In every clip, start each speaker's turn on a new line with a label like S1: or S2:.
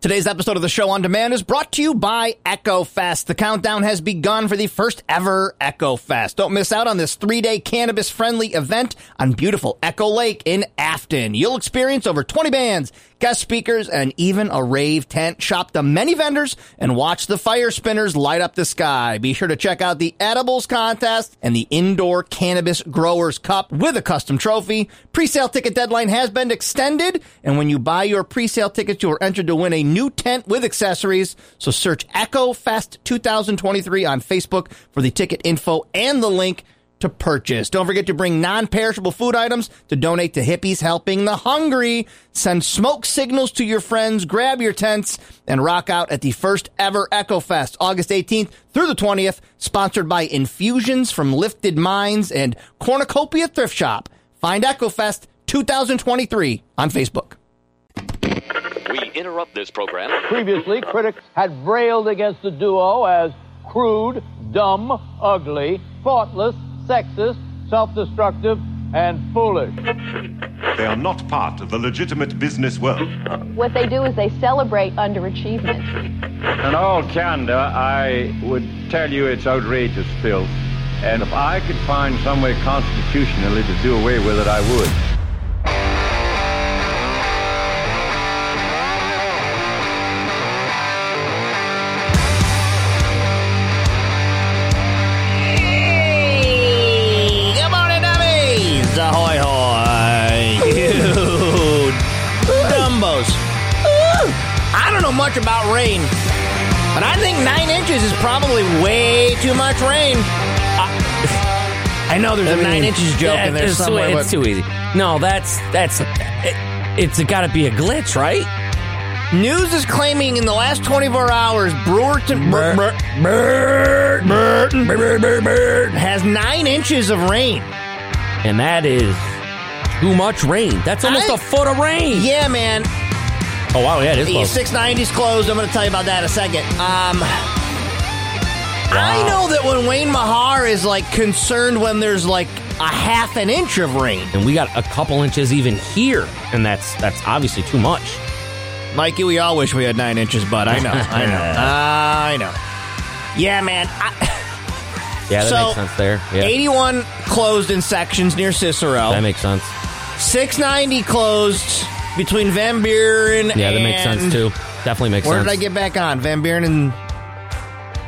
S1: Today's episode of the show on demand is brought to you by Echo Fest. The countdown has begun for the first ever Echo Fest. Don't miss out on this three day cannabis friendly event on beautiful Echo Lake in Afton. You'll experience over 20 bands, guest speakers, and even a rave tent. Shop the many vendors and watch the fire spinners light up the sky. Be sure to check out the edibles contest and the indoor cannabis growers cup with a custom trophy. Pre-sale ticket deadline has been extended, and when you buy your pre-sale tickets, you are entered to win a new tent with accessories. So search Echo Fest 2023 on Facebook for the ticket info and the link to purchase. Don't forget to bring non-perishable food items to donate to Hippies Helping the Hungry. Send smoke signals to your friends, grab your tents, and rock out at the first ever Echo Fest, August 18th through the 20th, sponsored by Infusions from Lifted Minds and Cornucopia Thrift Shop. Find Echo Fest 2023 on Facebook.
S2: We interrupt this program.
S3: Previously, critics had railed against the duo as crude, dumb, ugly, thoughtless, sexist, self destructive, and foolish.
S4: They are not part of the legitimate business world.
S5: What they do is they celebrate underachievement.
S6: In all candor, I would tell you it's outrageous filth. And if I could find some way constitutionally to do away with it, I would.
S1: Good morning, dummies! Ahoy, hoy! You dumbos! I don't know much about rain, but I think nine inches is probably way too much rain. I, I know there's a nine inches joke
S7: Yeah,
S1: in there
S7: it's too-
S1: somewhere.
S7: It's too easy. No, that's that's it, it's got to be a glitch, right?
S1: but news is claiming in the last 24 hours, Brewerton Bur- Bur- Burton has nine inches of rain.
S7: And that is too much rain. That's almost
S1: I-
S7: a foot of rain.
S1: Yeah, man.
S7: Oh wow, yeah, it is
S1: The
S7: close.
S1: 690's closed. I'm going to tell you about that in a second. Um, I know that when Wayne Mahar is like concerned when there's like a half an inch of rain.
S7: And we got a couple inches even here, and that's that's obviously too much.
S1: Mikey, we all wish we had nine inches, but I know, I know, I know. Yeah, man. I,
S7: Yeah, that
S1: So,
S7: makes sense there. Yeah,
S1: 81 closed in sections near Cicero.
S7: that makes sense.
S1: 690 closed between Van Buren and
S7: Yeah, that makes sense too. Definitely makes
S1: Where
S7: sense.
S1: did I get back on? Van Buren and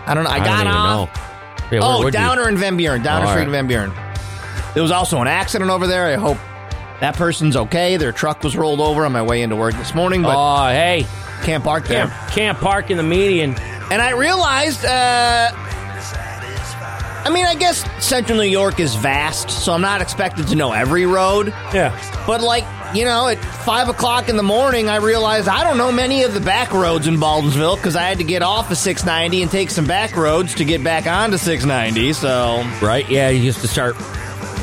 S1: I don't know. I,
S7: I
S1: got
S7: don't even
S1: off.
S7: know. Yeah, where
S1: oh,
S7: would you-
S1: Downer and Van Buren. Downer
S7: All
S1: Street
S7: right.
S1: and Van Buren. There was also an accident over there. I hope that person's okay. Their truck was rolled over on my way into work this morning, but
S7: Oh, hey,
S1: can't park there.
S7: can't, can't park in the median.
S1: And I realized, uh, I mean, I guess Central New York is vast, so I'm not expected to know every road.
S7: Yeah,
S1: But like, you know, at five o'clock in the morning, I realized I don't know many of the back roads in Baldensville because I had to get off of 690 and take some back roads to get back onto 690. So
S7: right. Yeah, you used to start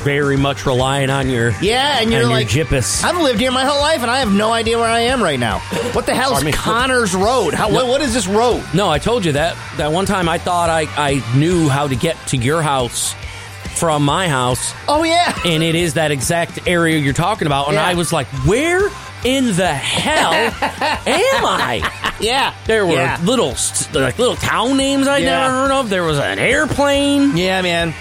S7: very much relying on your
S1: yeah, and
S7: on
S1: you're
S7: your
S1: like,
S7: jippus.
S1: I've lived here my whole life, and I have no idea where I am right now. What the hell is
S7: I mean-
S1: Connors Road? How, what, what is this road?
S7: No, I told you that that one time I thought I, I knew how to get to your house from my house,
S1: Oh yeah,
S7: and it is that exact area you're talking about. And
S1: Yeah.
S7: I was like, where in the hell am I?
S1: yeah.
S7: There were
S1: yeah.
S7: little s- like little town names I
S1: Yeah.
S7: never heard of. There was an airplane.
S1: yeah, man.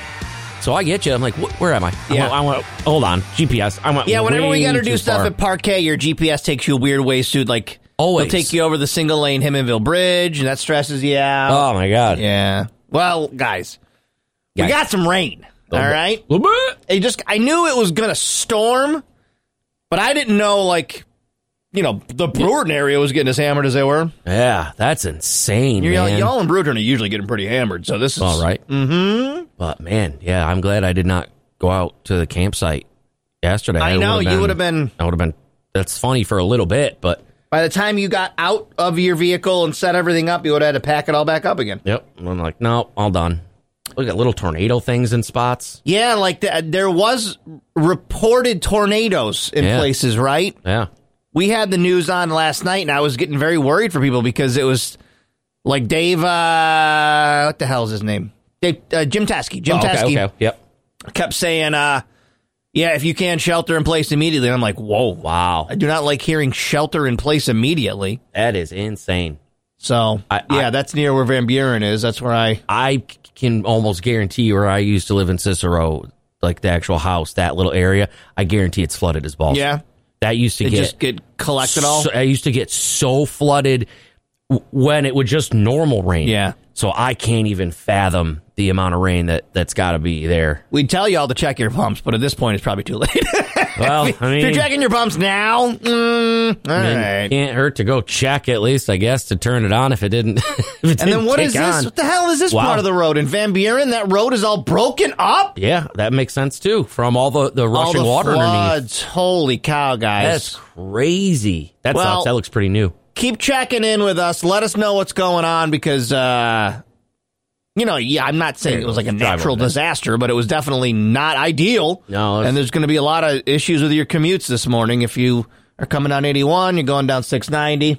S7: So I get you. I'm like, wh- where am I? I
S1: Yeah.
S7: went- I went, hold on, GPS. I went.
S1: Yeah, whenever we
S7: way
S1: gotta
S7: too
S1: do stuff
S7: far.
S1: at Parquet, your GPS takes you weird ways through. Like,
S7: Always.
S1: it'll take you over the single lane Hemingville Bridge, and that stresses you out.
S7: oh my god.
S1: Yeah. Well, guys, we
S7: Guys.
S1: got some rain. All
S7: bit.
S1: right.
S7: Little bit.
S1: It just I knew it was gonna storm, but I didn't know like, you know, the Brewerton area was getting as hammered as they were.
S7: Yeah, that's insane.
S1: You're,
S7: man.
S1: y'all in Brewton are usually getting pretty hammered, so this is
S7: All right. Mm-hmm. But man, yeah, I'm glad I did not go out to the campsite yesterday.
S1: I know,
S7: would've
S1: you would've been-
S7: I would have been. That's funny for a little bit, but
S1: By the time you got out of your vehicle and set everything up, you would have had to pack it all back up again.
S7: yep. I'm like, no, all done. Look at little tornado things in spots.
S1: Yeah, like th- there was reported tornadoes in
S7: Yeah.
S1: places, right?
S7: Yeah.
S1: We had the news on last night, and I was getting very worried for people because it was like Dave, uh, what the hell is his name? Dave, uh, Jim Teske. Jim
S7: Oh, okay.
S1: Teske
S7: Okay. Yep.
S1: kept saying, uh, Yeah, if you can shelter in place immediately. And I'm like, whoa,
S7: Wow.
S1: I do not like hearing shelter in place immediately.
S7: That is insane.
S1: So,
S7: I-
S1: yeah,
S7: I-
S1: that's near where Van Buren is. That's where I.
S7: I c- can almost guarantee you where I used to live in Cicero, like the actual house, that little area, I guarantee it's flooded as balls.
S1: Yeah.
S7: That used to
S1: It
S7: get
S1: just get collected all.
S7: so, I used to get so flooded w- when it would just normal rain.
S1: Yeah.
S7: So I can't even fathom the amount of rain that that's got to be there.
S1: We'd tell you all to check your pumps, but at this point, it's probably too late.
S7: Well, I
S1: if
S7: mean,
S1: you're checking your pumps now, mm, all
S7: I mean,
S1: right.
S7: can't hurt to go check at least, I guess, to turn it on if it didn't. if it
S1: And then
S7: didn't
S1: what
S7: kick
S1: is this?
S7: on.
S1: What the hell is this
S7: Wow.
S1: part of the road in Van Buren? That road is all broken up.
S7: Yeah, that makes sense too. From all the the
S1: All
S7: rushing
S1: the
S7: water underneath.
S1: floods. Holy cow, guys!
S7: That's crazy. That
S1: Well-
S7: sucks. That looks pretty new.
S1: keep checking in with us. Let us know what's going on because, uh, you know, yeah, I'm not saying it was like a
S7: Drive over
S1: natural
S7: there.
S1: disaster, but it was definitely not ideal.
S7: No, it's-
S1: and there's going to be a lot of issues with your commutes this morning if you are coming down 81, you're going down 690.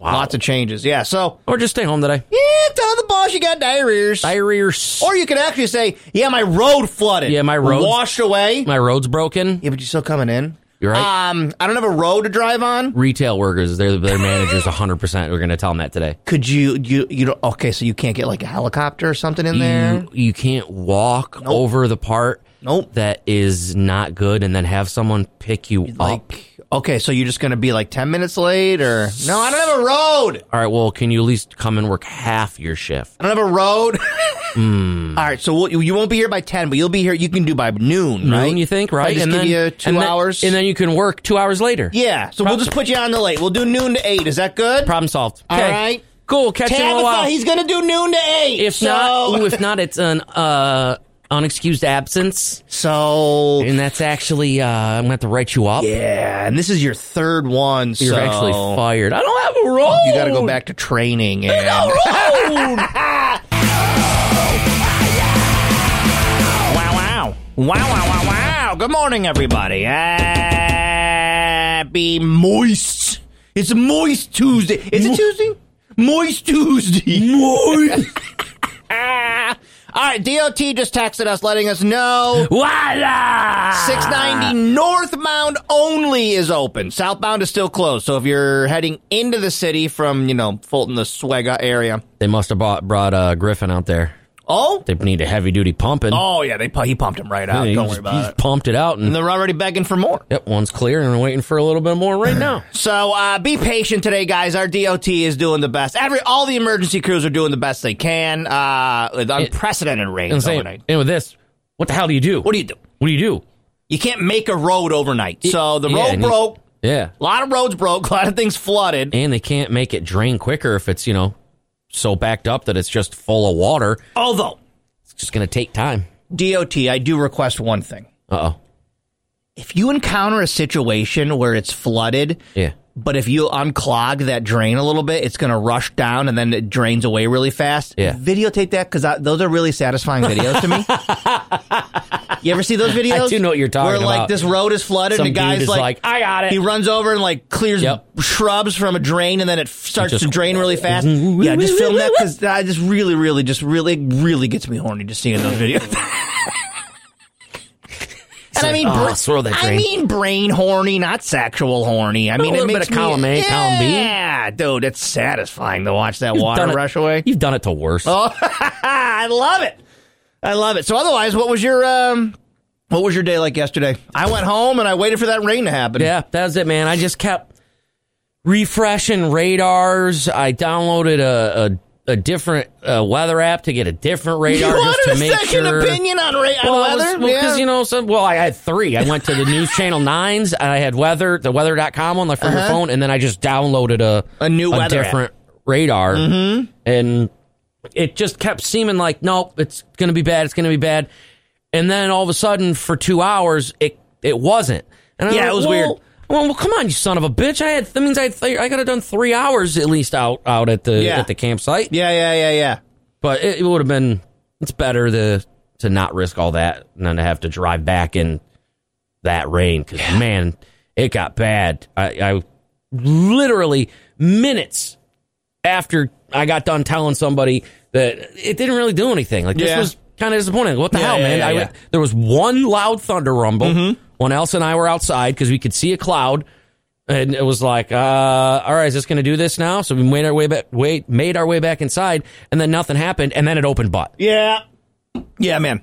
S7: Wow.
S1: Lots of changes, yeah. So,
S7: or just stay home today.
S1: yeah, tell the boss you got diarrhea.
S7: Diarrhea.
S1: Or you could actually say, yeah, my road flooded.
S7: Yeah, my road's-
S1: washed away.
S7: my road's broken.
S1: yeah, but you're still coming in.
S7: You're right.
S1: Um, I don't have a road to drive on.
S7: Retail workers, their their managers, hundred percent. We're going to tell them that today.
S1: Could you you you don't, okay? So you can't get like a helicopter or something in there.
S7: You, you can't walk over the part
S1: Nope.
S7: that is not good, and then have someone pick you up.
S1: Like, okay, so you're just gonna be like ten minutes late, or no? I don't have a road.
S7: All right, well, can you at least come and work half your shift?
S1: I don't have a road.
S7: Hmm.
S1: All right, so we'll, you won't be here by ten, but you'll be here. You can do by noon, right?
S7: Noon, you think,
S1: If I
S7: right?
S1: just give you two
S7: and then-
S1: hours,
S7: and then you can work two hours later.
S1: yeah. So we'll just put you on the late. We'll do noon to eight. Is that good?
S7: problem solved.
S1: All
S7: 'Kay.
S1: right.
S7: cool. We'll catch you in a
S1: Tabitha,
S7: while.
S1: he's gonna do noon to eight.
S7: if
S1: so,
S7: not, ooh, if not, it's an uh, unexcused absence,
S1: so
S7: and that's actually uh, I'm gonna have to write you up.
S1: yeah. And this is your third one.
S7: You're
S1: so
S7: actually fired. I don't have a role.
S1: You got to go back to training. And, Wow, wow. Wow, wow, wow, wow. Good morning, everybody. Happy moist. It's moist Tuesday. Is it Tuesday? Moist Tuesday. Moist. All right, DOT just texted us letting us know
S7: Voila! Ah.
S1: 690 northbound only is open. Southbound is still closed. So if you're heading into the city from, you know, Fulton, the Swega area.
S7: They must have bought, brought uh, Griffin out there.
S1: Oh?
S7: They need a heavy duty pumping.
S1: Oh, yeah. They, pu- he pumped him right out.
S7: He
S1: Don't worry
S7: just- he
S1: about
S7: just
S1: it.
S7: pumped it out,
S1: And
S7: and
S1: they're already begging for more.
S7: yep, one's clear, and we're waiting for a little bit more right now.
S1: So uh, be patient today, guys. Our DOT is doing the best. Every All the emergency crews are doing the best they can uh, with unprecedented
S7: and,
S1: rains
S7: saying,
S1: overnight.
S7: and with this, what the hell do you do?
S1: What do you do?
S7: What do you do?
S1: You can't make a road overnight. So the
S7: Yeah,
S1: road
S7: and you-
S1: broke.
S7: Yeah,
S1: A lot of roads broke. A lot of things flooded.
S7: and they can't make it drain quicker if it's you know so backed up that it's just full of water.
S1: Although,
S7: It's just gonna take time.
S1: DOT, I do request one thing.
S7: Uh oh.
S1: if you encounter a situation where it's flooded,
S7: Yeah.
S1: but if you unclog that drain a little bit, it's going to rush down and then it drains away really fast.
S7: Yeah.
S1: Videotape that because those are really satisfying videos to me. you ever see those videos?
S7: I do know what you're talking
S1: Where like
S7: about.
S1: this road is flooded
S7: Some
S1: and the
S7: dude
S1: guy's
S7: is
S1: like,
S7: like, "I got it."
S1: He runs over and like clears
S7: Yep.
S1: shrubs from a drain and then it f- starts
S7: just-
S1: to drain really fast. yeah, just film that because I just really, really, just really, really gets me horny just seeing those videos. And I mean,
S7: "Oh,
S1: bra-
S7: throw that
S1: I
S7: drain."
S1: mean, brain horny, not sexual horny. I mean,
S7: little
S1: it
S7: bit
S1: makes
S7: of column
S1: me,
S7: A, column B.
S1: Yeah, dude, it's satisfying to watch that water
S7: Done it-
S1: rush away.
S7: You've done it to worse.
S1: Oh, I love it. I love it. So, otherwise, what was your um, what was your day like yesterday? I went home and I waited for that rain to happen.
S7: Yeah, that was it, man. I just kept refreshing radars. I downloaded a a, a different uh, weather app to get a different
S1: you
S7: radar just
S1: wanted
S7: to
S1: a
S7: make
S1: second
S7: sure.
S1: opinion on, ra- on
S7: Well, I was-
S1: weather?
S7: well, 'cause,
S1: yeah.
S7: you know, so, well, I had three. I went to the news channel nines, and I had weather, the weather.com on my from your phone, and then I just downloaded a
S1: Uh-huh. A new weather app.
S7: different radar, mm-hmm. and it just kept seeming like, nope, it's going to be bad, it's going to be bad, and then all of a sudden, for two hours, it it wasn't. And I'm
S1: Yeah,
S7: like,
S1: it was
S7: well,
S1: weird.
S7: Well, well, come on, you son of a bitch! I had that means I had th- I could have done three hours at least out out at the
S1: Yeah.
S7: at the campsite,
S1: yeah, yeah, yeah, yeah.
S7: but it, it would have been it's better to to not risk all that and then to have to drive back in that rain because man it got bad I, I literally minutes after i got done telling somebody that it didn't really do anything like
S1: Yeah.
S7: this was kind of disappointed. What the
S1: Yeah,
S7: hell,
S1: yeah,
S7: man?
S1: yeah, Mm-hmm.
S7: I,
S1: yeah.
S7: There was one loud thunder rumble when Elsa and I were outside because we could see a cloud, and it was like, uh, all right, is this going to do this now? So we made our way back, wait, made our way back inside, and then nothing happened, and then it opened butt.
S1: Yeah. Yeah, man.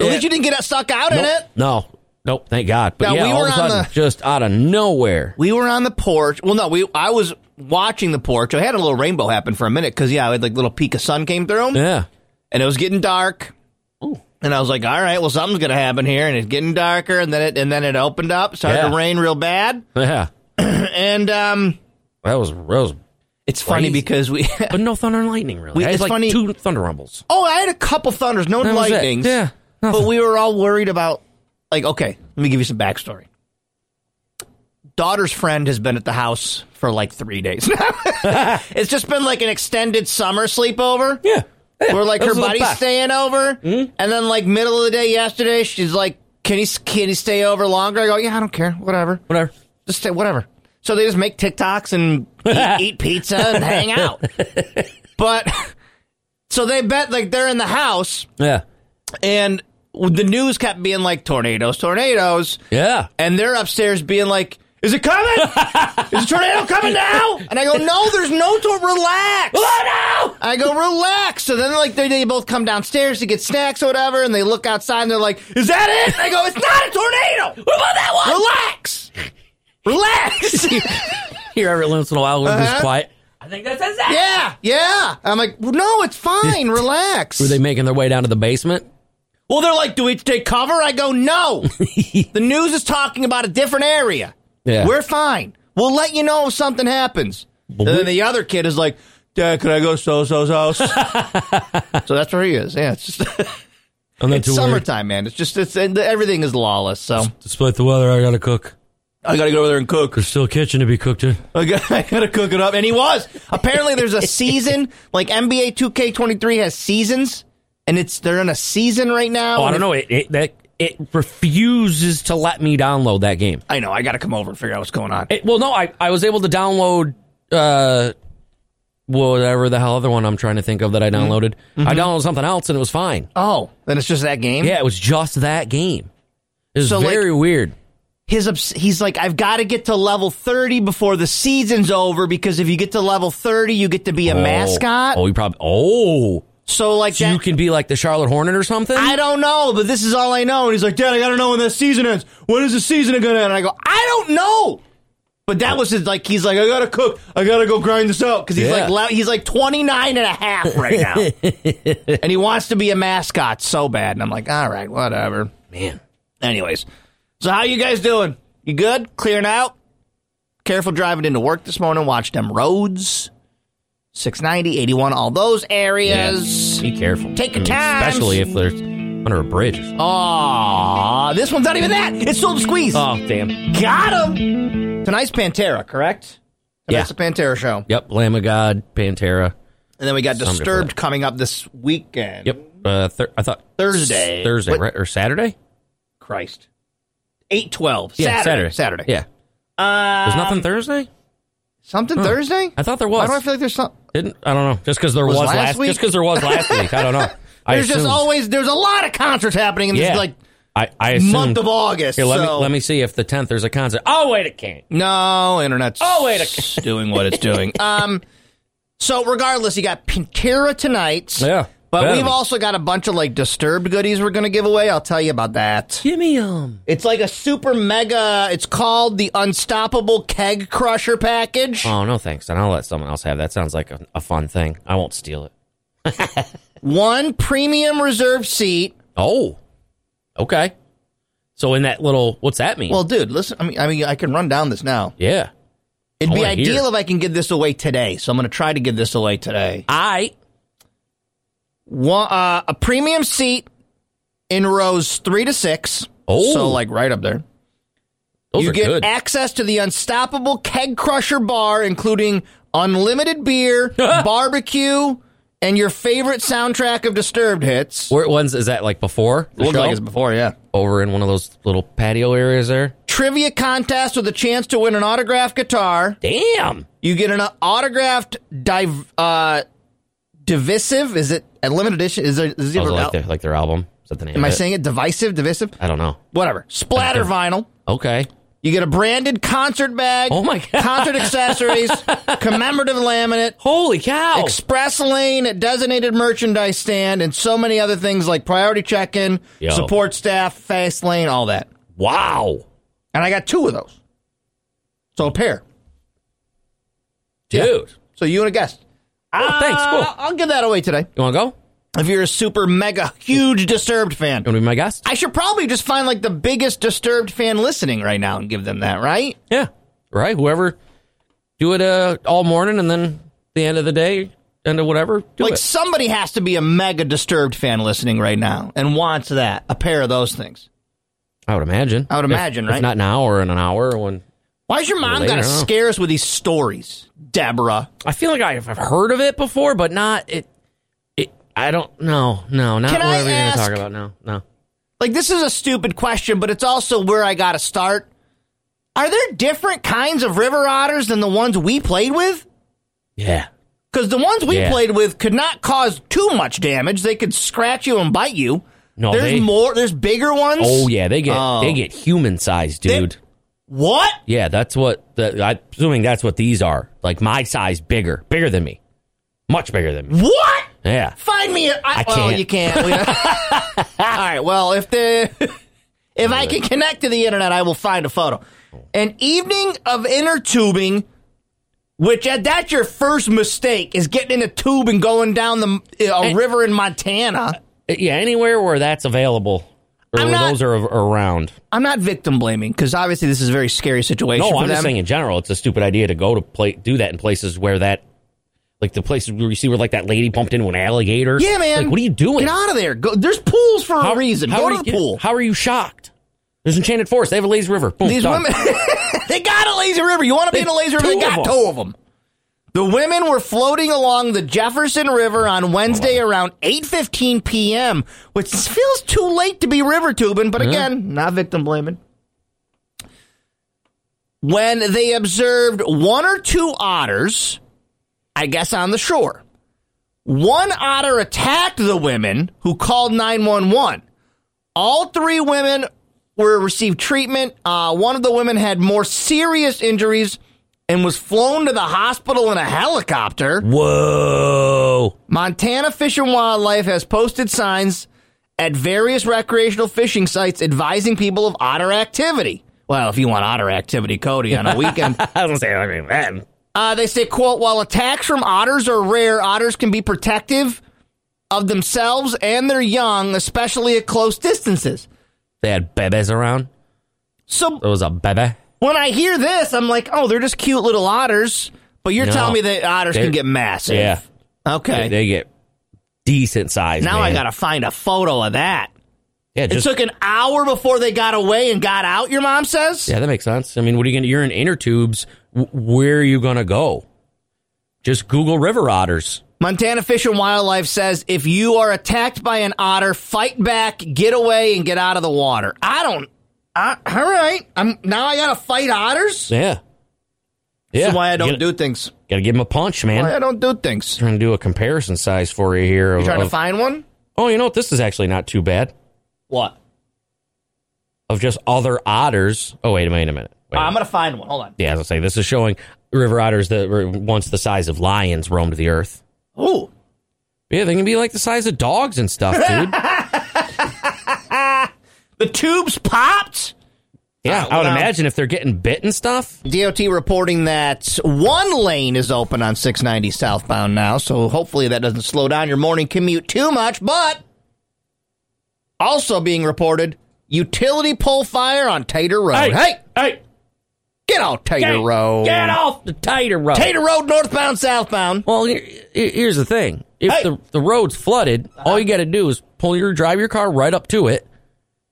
S1: At
S7: Yeah.
S1: least you didn't get stuck out in it.
S7: No, nope, thank God. But
S1: Now,
S7: yeah,
S1: we
S7: all
S1: were
S7: of a
S1: on
S7: sudden,
S1: the-
S7: just out of nowhere.
S1: We were on the porch. Well, no, we I was watching the porch. I had a little rainbow happen for a minute because yeah, I had like little peak of sun came through,
S7: Yeah,
S1: and it was getting dark. And I was like, all right, well, something's gonna happen here, and it's getting darker, and then it and then it opened up, started
S7: Yeah.
S1: to rain real bad,
S7: yeah,
S1: and um,
S7: that was that was.
S1: it's funny
S7: Crazy.
S1: because we.
S7: But no thunder and lightning really.
S1: We-
S7: I had
S1: it's
S7: like
S1: funny-
S7: two thunder rumbles.
S1: oh, I had a couple thunders, no
S7: That was it.
S1: lightnings.
S7: Yeah, nothing.
S1: But we were all worried about, like, okay, let me give you some backstory. Daughter's friend has been at the house for like three days now. it's just been like an extended summer sleepover.
S7: Yeah. yeah.
S1: Where like
S7: That
S1: her
S7: was a Mm-hmm.
S1: buddy's
S7: fact.
S1: staying over, and then like middle of the day yesterday, she's like, "Can he can he stay over longer?" I go, "Yeah, I don't care, whatever,
S7: Whatever.
S1: just stay, whatever." So they just make TikToks and eat, eat pizza and hang out. But so they bet like they're in the house,
S7: Yeah.
S1: and the news kept being like tornadoes, tornadoes,
S7: Yeah.
S1: and they're upstairs being like, "Is it coming? Is the tornado coming now?" And I go, "No, there's no tornado. Relax."
S7: Oh
S1: I go, "Relax." So then, like, they, they both come downstairs to get snacks or whatever, and they look outside and they're like, "Is that it?" And I go, "It's not a tornado. What about that one? Relax, relax."
S7: Here every once in a while when
S1: Uh-huh.
S7: it's quiet.
S1: yeah, yeah. I'm like, well, "No, it's fine. Relax."
S7: Were they making their way down to the basement?
S1: Well, they're like, do we take cover? I go, no. the news is talking about a different area.
S7: Yeah.
S1: We're fine. We'll let you know if something happens. and
S7: we-
S1: then the other kid is like, Dad, could I go so so's house? so that's where he is. Yeah, it's just
S7: I'm not
S1: it's summertime, man. It's just it's and everything is lawless. So
S7: Despite the weather, I gotta cook.
S1: I gotta go over there and cook.
S7: There's still a kitchen to be cooked eh? in.
S1: I gotta, I gotta cook it up. And he was. Apparently, there's a season like NBA 2K23 has seasons, and it's they're in a season right now.
S7: Oh, I
S1: and
S7: don't
S1: it-
S7: know. It it, that, it refuses to let me download that game.
S1: I know. I gotta come over and figure out what's going on.
S7: It, well, no, I, I was able to download uh whatever the hell other one I'm trying to think of that I downloaded. I downloaded something else and it was fine.
S1: Oh, then it's just that game.
S7: Yeah, it was just that game. It was
S1: So, like-
S7: very weird.
S1: His obs- he's like, I've got to get to level thirty before the season's over because if you get to level thirty, you get to be a mascot.
S7: Oh, you probably. Oh,
S1: So like
S7: so
S1: that.
S7: you can be like the Charlotte Hornet or something.
S1: I don't know, but this is all I know. And he's like, Dad, I gotta know when that season ends. When is the season gonna end? And I go, I don't know. But that was his like. He's like, I gotta cook. I gotta go grind this out because he's
S7: Yeah.
S1: like, lou- he's like 29 and a half right now, and he wants to be a mascot so bad. And I'm like, all right, whatever.
S7: Man,
S1: Anyways, so how you guys doing? You good? Clearing out? Careful driving into work this morning. Watch them roads. 690, 81, all those areas.
S7: be careful.
S1: Take your
S7: I mean,
S1: time.
S7: especially if they're under a bridge. or something.
S1: Aw, this one's not even that. It's sold to squeeze.
S7: Oh, damn.
S1: Got him. Tonight's Pantera, correct? Tonight's the
S7: Yeah.
S1: Pantera show.
S7: Yep, Lamb of God, Pantera.
S1: And then we got
S7: Something for
S1: Disturbed
S7: that.
S1: coming up this weekend.
S7: Yep. Uh, thir- I thought
S1: Thursday.
S7: S- Thursday,
S1: Wait.
S7: right or Saturday?
S1: Christ. 812.
S7: Yeah,
S1: Saturday. Saturday.
S7: Saturday. Yeah. There's nothing Thursday.
S1: Something Thursday?
S7: I thought there
S1: Why
S7: was.
S1: do I feel like there's something?
S7: Didn't I don't know. Just because there
S1: Was
S7: was,
S1: last
S7: last,
S1: week?
S7: just because there was last week. I don't know. I
S1: There's just
S7: assumed-
S1: always, there's a lot of concerts happening in this,
S7: yeah.
S1: like,
S7: I, I assumed,
S1: month of August.
S7: Here, let me
S1: so-
S7: let me see if the tenth there's a concert. Oh wait, it can't.
S1: No, internet's
S7: Oh, wait a-
S1: doing what it's doing. Um, so regardless, you got Pantera tonight.
S7: Yeah,
S1: But
S7: that'll
S1: we've
S7: be-
S1: also got a bunch of like disturbed goodies we're gonna give away. I'll tell you about that.
S7: Give me um.
S1: It's like a super mega. It's called the Unstoppable Keg Crusher package.
S7: Oh no, thanks. Then I'll let someone else have. That sounds like a, a fun thing. I won't steal it.
S1: One premium reserve seat.
S7: Oh, okay. So in that little, what's that mean?
S1: Well, dude, listen. I mean, I mean, I can run down this now.
S7: yeah,
S1: It'd be
S7: wanna Oh, hear.
S1: ideal if I can give this away today. So I'm gonna try to give this away today.
S7: I
S1: one uh, a premium seat in rows three to six.
S7: Oh.
S1: so like right up there.
S7: those
S1: you
S7: are
S1: get
S7: good.
S1: access to the unstoppable keg crusher bar, including unlimited beer, barbecue, and your favorite soundtrack of Disturbed hits.
S7: Where ones is that like before? the
S1: Looked
S7: show?
S1: like it's before, yeah.
S7: over in one of those little patio areas there.
S1: Trivia contest with a chance to win an autographed guitar.
S7: Damn.
S1: You get an autographed div- uh, divisive? Is it a limited edition? Is there? Is
S7: That
S1: there
S7: was
S1: an
S7: like
S1: al-
S7: their, like their album. Is that the name?
S1: Am
S7: of
S1: I
S7: it?
S1: saying it divisive, divisive?
S7: I don't know.
S1: Whatever. Splatter vinyl.
S7: Okay.
S1: You get a branded concert bag.
S7: Oh my God.
S1: Concert accessories, commemorative laminate,
S7: Holy cow!
S1: express lane, designated merchandise stand, and so many other things like priority check-in,
S7: Yo.
S1: support staff, fast lane, all that.
S7: wow.
S1: And I got two of those. So a pair.
S7: Dude.
S1: So you and a guest.
S7: Oh, thanks. Cool.
S1: Uh, I'll give that away today.
S7: You want to go? You
S1: If you're a super mega huge disturbed fan.
S7: want to be my guest?
S1: I should probably just find like the biggest disturbed fan listening right now and give them that, right?
S7: Yeah. Right? Whoever. Do it uh, all morning and then the end of the day, end of whatever, do
S1: like
S7: it.
S1: somebody has to be a mega disturbed fan listening right now and wants that, a pair of those things.
S7: I would imagine.
S1: I would
S7: If-
S1: imagine,
S7: if
S1: right?
S7: not now or in an hour or when.
S1: Why's your mom
S7: Later,
S1: gotta
S7: I don't know.
S1: scare us with these stories, Deborah?
S7: I feel like I've I've heard of it before, but not it. It. I don't. No. No. Not
S1: Can I
S7: whatever you're going
S1: ask-
S7: to talk about. No. No.
S1: Like this is a stupid question, but it's also where I gotta start. Are there different kinds of river otters than the ones we played with?
S7: Yeah.
S1: Because the ones we
S7: Yeah.
S1: played with could not cause too much damage. They could scratch you and bite you.
S7: No,
S1: there's
S7: Oh, they-
S1: more. There's bigger ones.
S7: Oh yeah. They get.
S1: Oh.
S7: They get human sized, dude.
S1: What?
S7: Yeah, that's what the, I'm assuming that's what these are. Like my size, bigger, bigger than me, much bigger than me.
S1: What?
S7: Yeah,
S1: Find me. A, I,
S7: I
S1: well,
S7: can't.
S1: you can't. We don't- All right. Well, if the if I can connect to the internet, I will find a photo. An evening of inner tubing, which uh, that's your first mistake is getting in a tube and going down the uh, a river in Montana.
S7: yeah. Anywhere where that's available, or
S1: I'm
S7: where
S1: not-
S7: those are a- around.
S1: I'm not victim blaming because obviously this is a very scary situation.
S7: No,
S1: for
S7: I'm
S1: them.
S7: just saying in general, it's a stupid idea to go to play do that in places where that, like the places where you see where like that lady bumped into an alligator.
S1: Yeah, man.
S7: Like, what are you doing?
S1: Get out of there. Go, there's pools for
S7: How-
S1: a reason.
S7: how
S1: Go
S7: are
S1: to
S7: you-
S1: the pool.
S7: How are you shocked? There's Enchanted Forest. They have a lazy river. Boom,
S1: These
S7: done.
S1: women, they got a lazy river. You want to be
S7: They-
S1: in a lazy river? They
S7: two of
S1: got
S7: them.
S1: two of them. The women were floating along the Jefferson River on Wednesday around 8:15 p.m., which feels too late to be river tubing, but again, not victim blaming. When they observed one or two otters, I guess on the shore. One otter attacked the women who called 911. All three women were received treatment. Uh, one of the women had more serious injuries and was flown to the hospital in a helicopter.
S7: Whoa.
S1: Montana Fish and Wildlife has posted signs at various recreational fishing sites advising people of otter activity. Well, if you want otter activity, Cody, on a weekend.
S7: I was gonna say. I mean, man.
S1: Uh, they say, quote, while attacks from otters are rare, otters can be protective of themselves and their young, especially at close distances.
S7: They had bebes around.
S1: So
S7: There was a bebe.
S1: when I hear this, I'm like, oh, they're just cute little otters. But you're
S7: No.
S1: telling me that otters
S7: They're-
S1: can get massive.
S7: Yeah.
S1: Okay.
S7: They, they get decent size.
S1: now I
S7: man.
S1: got to find a photo of that.
S7: Yeah, just,
S1: it took an hour before they got away and got out, your mom says?
S7: yeah, that makes sense. I mean, what are you gonna? You're in inner tubes. W- Where are you gonna go? Just Google river otters.
S1: Montana Fish and Wildlife says if you are attacked by an otter, fight back, get away, and get out of the water. I don't. I, all right, I'm now. I gotta fight otters.
S7: Yeah, yeah.
S1: This is why I don't
S7: gotta,
S1: do things.
S7: Gotta give them a punch, man.
S1: Why I don't do things.
S7: Trying to do a comparison size for you here.
S1: You
S7: of-
S1: trying to
S7: of-
S1: find one?
S7: oh, you know what? This is actually not too bad.
S1: What?
S7: Of just other otters. Oh, wait a minute, a minute. Wait a
S1: I'm
S7: minute.
S1: gonna find one. Hold on.
S7: yeah, I was gonna say this is showing river otters that were once the size of lions roamed the earth.
S1: Ooh,
S7: Yeah, they can be like the size of dogs and stuff, dude.
S1: the tubes popped.
S7: Yeah,
S1: Uh,
S7: I would
S1: well-
S7: imagine if they're getting bit and stuff.
S1: DOT reporting that one lane is open on 690 southbound now, so hopefully that doesn't slow down your morning commute too much. But also being reported, utility pole fire on Tater Road. Hey,
S7: hey,
S1: get off Tater Road.
S7: Get off the tater road.
S1: Tater Road, northbound, southbound.
S7: Well, here- here- here's the thing: if
S1: Hey.
S7: the the road's flooded, all you got to do is pull your drive your car right up to it,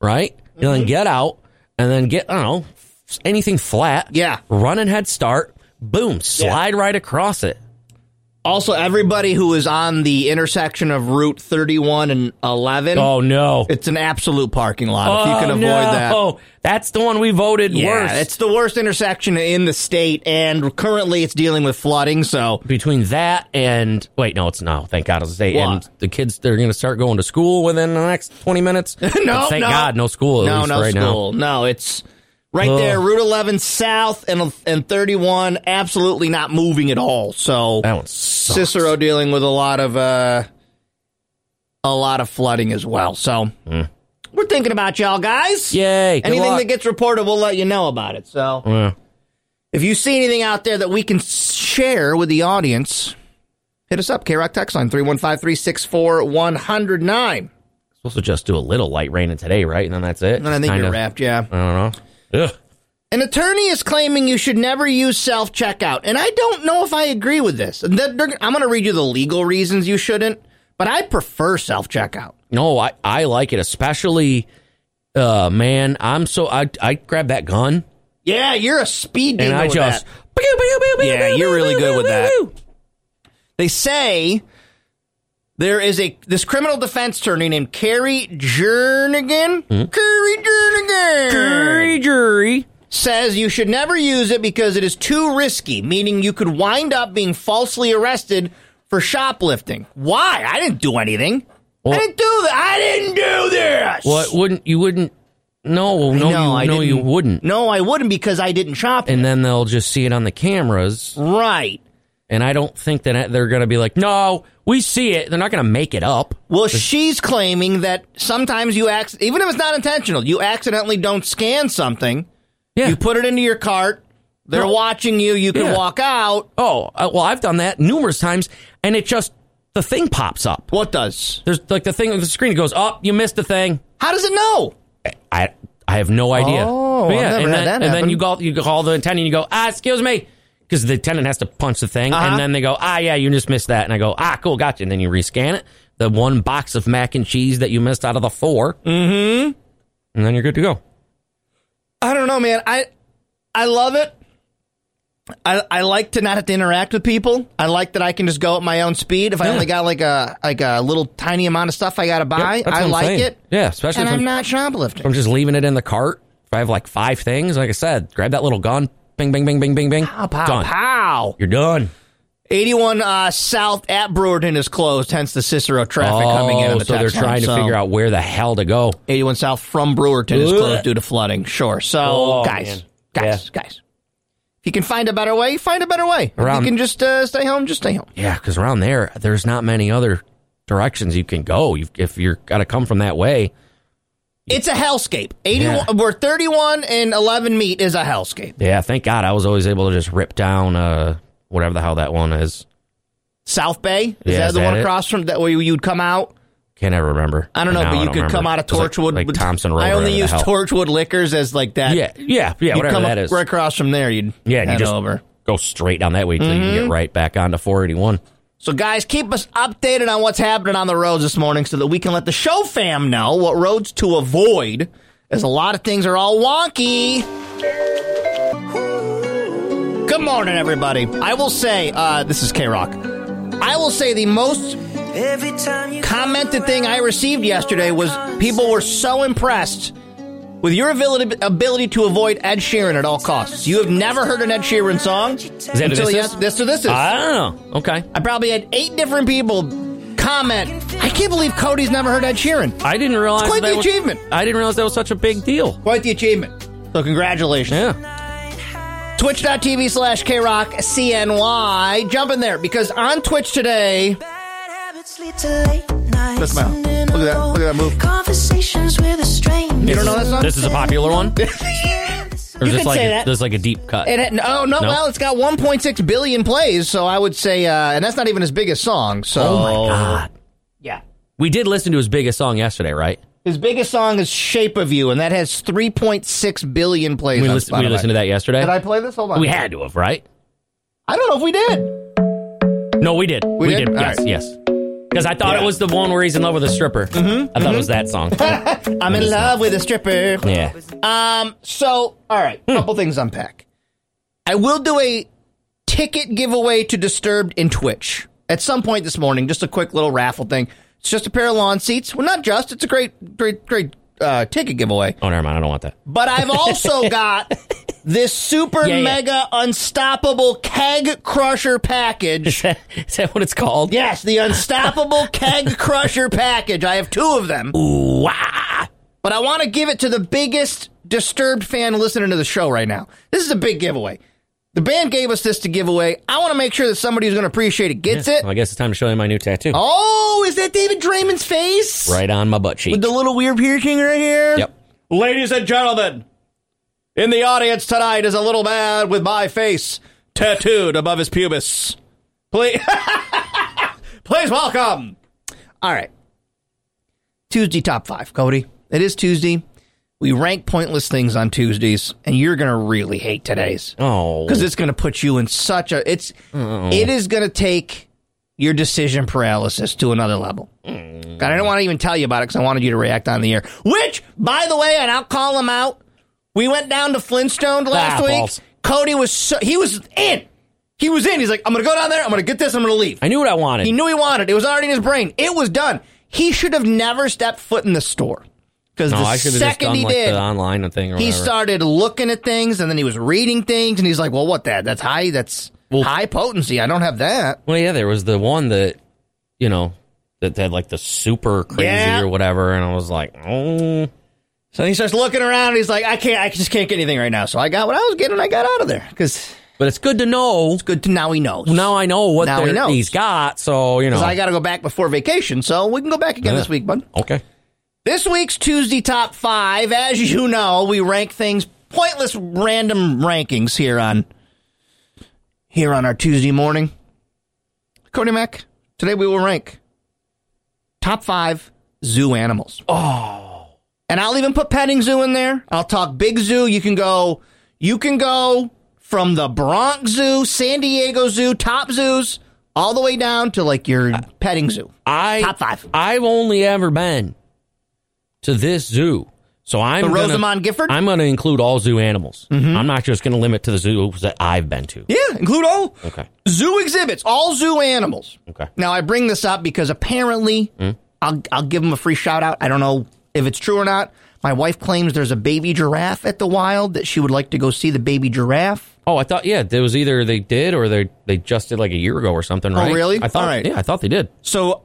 S7: right, and
S1: Mm-hmm.
S7: then get out, and then get I don't know s- anything flat.
S1: Yeah.
S7: run and head start. Boom, slide right across it.
S1: Also, everybody who is on the intersection of Route 31 and 11,
S7: Oh no!
S1: it's an absolute parking lot. if you can avoid that.
S7: Oh, that's the one we voted
S1: Yeah,
S7: worse.
S1: it's the worst intersection in the state, and currently it's dealing with flooding. So
S7: between that and wait, no, it's no. Thank God, I was say, and
S1: What?
S7: the kids they're going to start going to school within the next twenty minutes. no,
S1: no,
S7: thank
S1: no.
S7: God, no school. At
S1: no,
S7: least
S1: no
S7: right
S1: school, no. It's right
S7: Ugh.
S1: there, Route 11 South and and 31, absolutely not moving at all. So
S7: Now. That one sucks.
S1: Cicero dealing with a lot of uh, a lot of flooding as well. So we're thinking about y'all guys.
S7: Yay! Hmm. good
S1: Anything
S7: luck.
S1: that gets reported, we'll let you know about it. So
S7: Yeah.
S1: if you see anything out there that we can share with the audience, hit us up. KRock text line 315 364 109.
S7: supposed to just do a little light raining today, right? And then that's it.
S1: And I think
S7: Kinda-
S1: you're wrapped, yeah.
S7: I don't know. Ugh.
S1: An attorney is claiming you should never use self checkout, and I don't know if I agree with this. And that- they're- I'm going to read you the legal reasons you shouldn't, but I prefer self checkout.
S7: No, I, I like it, especially. Uh, man, I'm so I I grab that gun
S1: Yeah, you're a speed demon.
S7: and I
S1: with
S7: just.
S1: that.
S7: pew, pew, pew, pew,
S1: Yeah,
S7: pew,
S1: you're
S7: pew,
S1: really
S7: pew,
S1: good with
S7: pew,
S1: that.
S7: pew.
S1: They say there is a this criminal defense attorney named Carrie Jernigan.
S7: Hmm?
S1: Carrie Jernigan.
S7: Jury, jury.
S1: says you should never use it because it is too risky, meaning you could wind up being falsely arrested for shoplifting. Why? I didn't do anything. I
S7: Well-
S1: didn't do that. I didn't do this.
S7: What wouldn't you wouldn't? No, no, you,
S1: I
S7: no, you
S1: didn't-
S7: wouldn't.
S1: No, I wouldn't because I didn't shop.
S7: and then they'll just see it on the cameras.
S1: right.
S7: And I don't think that they're going to be like, no, we see it. They're not going to make it up.
S1: Well, she's claiming that sometimes you acc- even if it's not intentional, you accidentally don't scan something.
S7: Yeah.
S1: You put it into your cart. They're
S7: No.
S1: watching you. You can
S7: Yeah.
S1: walk out.
S7: oh, uh, well, I've done that numerous times, and it just the thing pops up.
S1: What does?
S7: There's like the thing on the screen goes up. you missed the thing.
S1: How does it know?
S7: I I have no idea.
S1: Oh, I've never
S7: and
S1: had
S7: then,
S1: that
S7: and then
S1: happen.
S7: you call you call the attendant. and You go, ah, excuse me, because the attendant has to punch the thing,
S1: Uh-huh.
S7: and then they go, ah, yeah, you just missed that. And I go, ah, cool, gotcha. And then you rescan it, the one box of mac and cheese that you missed out of the 4 mm-hmm. and then you're good to go.
S1: I don't know, man. I I love it. I I like to not have to interact with people. I like that I can just go at my own speed. If I
S7: Yeah.
S1: only got like a like a little tiny amount of stuff I got to buy,
S7: Yep, that's
S1: I
S7: what I'm
S1: like
S7: saying.
S1: it.
S7: Yeah, especially
S1: and
S7: if
S1: I'm
S7: I'm,
S1: not shoplifting.
S7: if I'm just leaving it in the cart. If I have like five things, like I said, grab that little gun, bing, bing, bing, bing, bing, bing,
S1: Pow pow
S7: done.
S1: pow.
S7: You're done.
S1: 81 uh, South at Brewerton is closed, hence the Cicero traffic coming in. On
S7: oh,
S1: the
S7: so they're
S1: text
S7: trying
S1: line.
S7: to
S1: So,
S7: figure out where the hell to go.
S1: 81 South from Brewerton is
S7: Ugh.
S1: closed due to flooding. Sure. So
S7: Oh,
S1: guys,
S7: man.
S1: guys, guys. If you can find a better way, find a better way. If
S7: Around-
S1: you can just uh, stay home, just stay home.
S7: Yeah, because around there, there's not many other directions you can go. You've, if you're got to come from that way,
S1: It's a hellscape. 81
S7: Yeah.
S1: where 31 and 11 meet is a hellscape.
S7: yeah. Thank God I was always able to just rip down uh, whatever the hell that one is.
S1: South Bay is
S7: Yeah,
S1: that
S7: is
S1: the
S7: that
S1: one
S7: it?
S1: across from that where you'd come out?
S7: Can't ever remember.
S1: I don't know,
S7: Now
S1: but you could
S7: remember.
S1: come out of
S7: It was like-
S1: Torchwood
S7: like,
S1: with-
S7: Thompson Road.
S1: I only
S7: whatever the
S1: use
S7: hell.
S1: Torchwood Liquors as like that.
S7: Yeah, yeah, yeah.
S1: you'd
S7: Whatever
S1: come
S7: that
S1: up
S7: is.
S1: right across from there. You'd
S7: Yeah, and you
S1: head
S7: just-
S1: over.
S7: Go straight down that way till you get right back onto 481.
S1: So guys, keep us updated on what's happening on the roads this morning, so that we can let the show fam know what roads to avoid, as a lot of things are all wonky. Good morning, everybody. I will say uh, this is K Rock. I will say the most commented thing I received yesterday was people were so impressed with your ability, ability to avoid Ed Sheeran at all costs. You have never heard an Ed Sheeran song
S7: Is that
S1: until
S7: this
S1: yes,
S7: is? Ah.
S1: this or this is.
S7: I don't know. Okay,
S1: I probably had eight different people comment. I can't believe Cody's never heard Ed Sheeran.
S7: I didn't realize
S1: It's quite
S7: that
S1: the
S7: was-
S1: achievement.
S7: I didn't realize that was such a big deal.
S1: Quite the achievement. So congratulations.
S7: Yeah,
S1: Twitch.tv slash KRock CNY. Jump in there because on Twitch today,
S8: That's
S1: my arm. Look at that- look at that move.
S8: Conversations with a stranger.
S1: you don't know that song?
S7: this is a popular one. Or
S1: You
S7: is this
S1: can
S7: like
S1: say
S7: a,
S1: that.
S7: This is like a deep cut.
S1: It had, oh no,
S7: No?
S1: Well, it's got 1.6 billion plays, so I would say, uh, and that's not even his biggest song. So,
S7: oh my god.
S1: yeah,
S7: We did listen to his biggest song yesterday, right?
S1: his biggest song is "Shape of You," and that has 3.6 billion plays.
S7: We,
S1: on
S7: listen, we
S1: Spotify.
S7: listened to that yesterday.
S1: Did I play this? Hold on.
S7: we had to have, right?
S1: I don't know if we did.
S7: No, we did. We,
S1: did?
S7: did.
S1: All
S7: Yes,
S1: right.
S7: yes. Because I thought it was the one where he's in love with a stripper. I
S1: Mm-hmm.
S7: thought it was that song.
S1: I'm in love with a stripper.
S7: yeah.
S1: Um, so, all right,
S7: Hmm.
S1: couple things unpack. I will do a ticket giveaway to Disturbed in Twitch. at some point this morning, just a quick little raffle thing. It's just a pair of lawn seats. Well, not just. It's a great, great, great uh, ticket giveaway.
S7: Oh, never mind. I don't want that.
S1: But I've also got this super
S7: Yeah, yeah.
S1: mega unstoppable keg crusher package.
S7: Is that, is that what it's called?
S1: Yes, the unstoppable keg crusher package. I have two of them.
S7: Wow.
S1: But I want to give it to the biggest disturbed fan listening to the show right now. This is a big giveaway. The band gave us this to give away. I want to make sure that somebody who's going to appreciate it gets it.
S7: Well, I guess it's time to show you my new tattoo.
S1: Oh, is that David Draymond's face?
S7: Right on my butt cheek.
S1: With the little weird piercing right here?
S7: Yep.
S1: Ladies and gentlemen, in the audience tonight is a little man with my face tattooed above his pubis. Please, please welcome. All right. Tuesday top five, Cody. It is Tuesday. We rank pointless things on Tuesdays, and you're going to really hate today's
S7: Oh.
S1: because it's going to put you in such a it's
S7: Mm.
S1: it is going to take your decision paralysis to another level.
S7: Mm.
S1: God, I don't want to even tell you about it because I wanted you to react on the air. Which, by the way, and I'll call him out. We went down to Flintstone last week.
S7: Ah, balls.
S1: Cody was so, he was in. He was in. He's like, I'm going to go down there. I'm going to get this. I'm going to leave.
S7: I knew what I wanted.
S1: He knew he wanted. It was already in his brain. It was done. He should have never stepped foot in the store because
S7: no,
S1: the
S7: I should have just
S1: second
S7: done
S1: he
S7: like
S1: did,
S7: the online thing or
S1: he
S7: whatever.
S1: started looking at things and then he was reading things and he's like, "Well, what that? That's high. That's high potency. I don't have that."
S7: Well, yeah, there was the one that, you know, that had like the super crazy
S1: Yeah.
S7: or whatever, and I was like, oh,
S1: So he starts looking around and he's like, "I can't. I just can't get anything right now." So I got what I was getting. I got out of there because
S7: but it's good to know.
S1: good to now he knows.
S7: Now I know what
S1: Now he
S7: they're-
S1: knows.
S7: he's got, so you know.
S1: I got to go back before vacation, so we can go back again
S7: Yeah.
S1: this week, bud.
S7: okay.
S1: This week's Tuesday top five, as you know, we rank things pointless, random rankings here on here on our Tuesday morning. Cody Mack, today we will rank top five zoo animals. Oh, and I'll even put petting zoo in there. I'll talk big zoo. You can go. You can go from the Bronx Zoo, San Diego Zoo, top zoos, all the way down to like your petting zoo.
S7: I
S1: Top five.
S7: I've only ever been to this zoo, so I'm
S1: The
S7: gonna-
S1: Rosamond Gifford? Mm-hmm.
S7: I'm going to include all zoo animals. I'm not just going to limit to the zoos that I've been to.
S1: Yeah, include all.
S7: Okay.
S1: zoo exhibits, all zoo animals.
S7: Okay. Mm.
S1: Now I bring this up because apparently I'll I'll give them a free shout out. I don't know if it's true or not. My wife claims there's a baby giraffe at the wild that she would like to go see the baby giraffe.
S7: Oh, I thought yeah, there was either they did or they they just did like a year ago or something. Right?
S1: Oh, really?
S7: I thought
S1: All right.
S7: yeah, I thought they did.
S1: So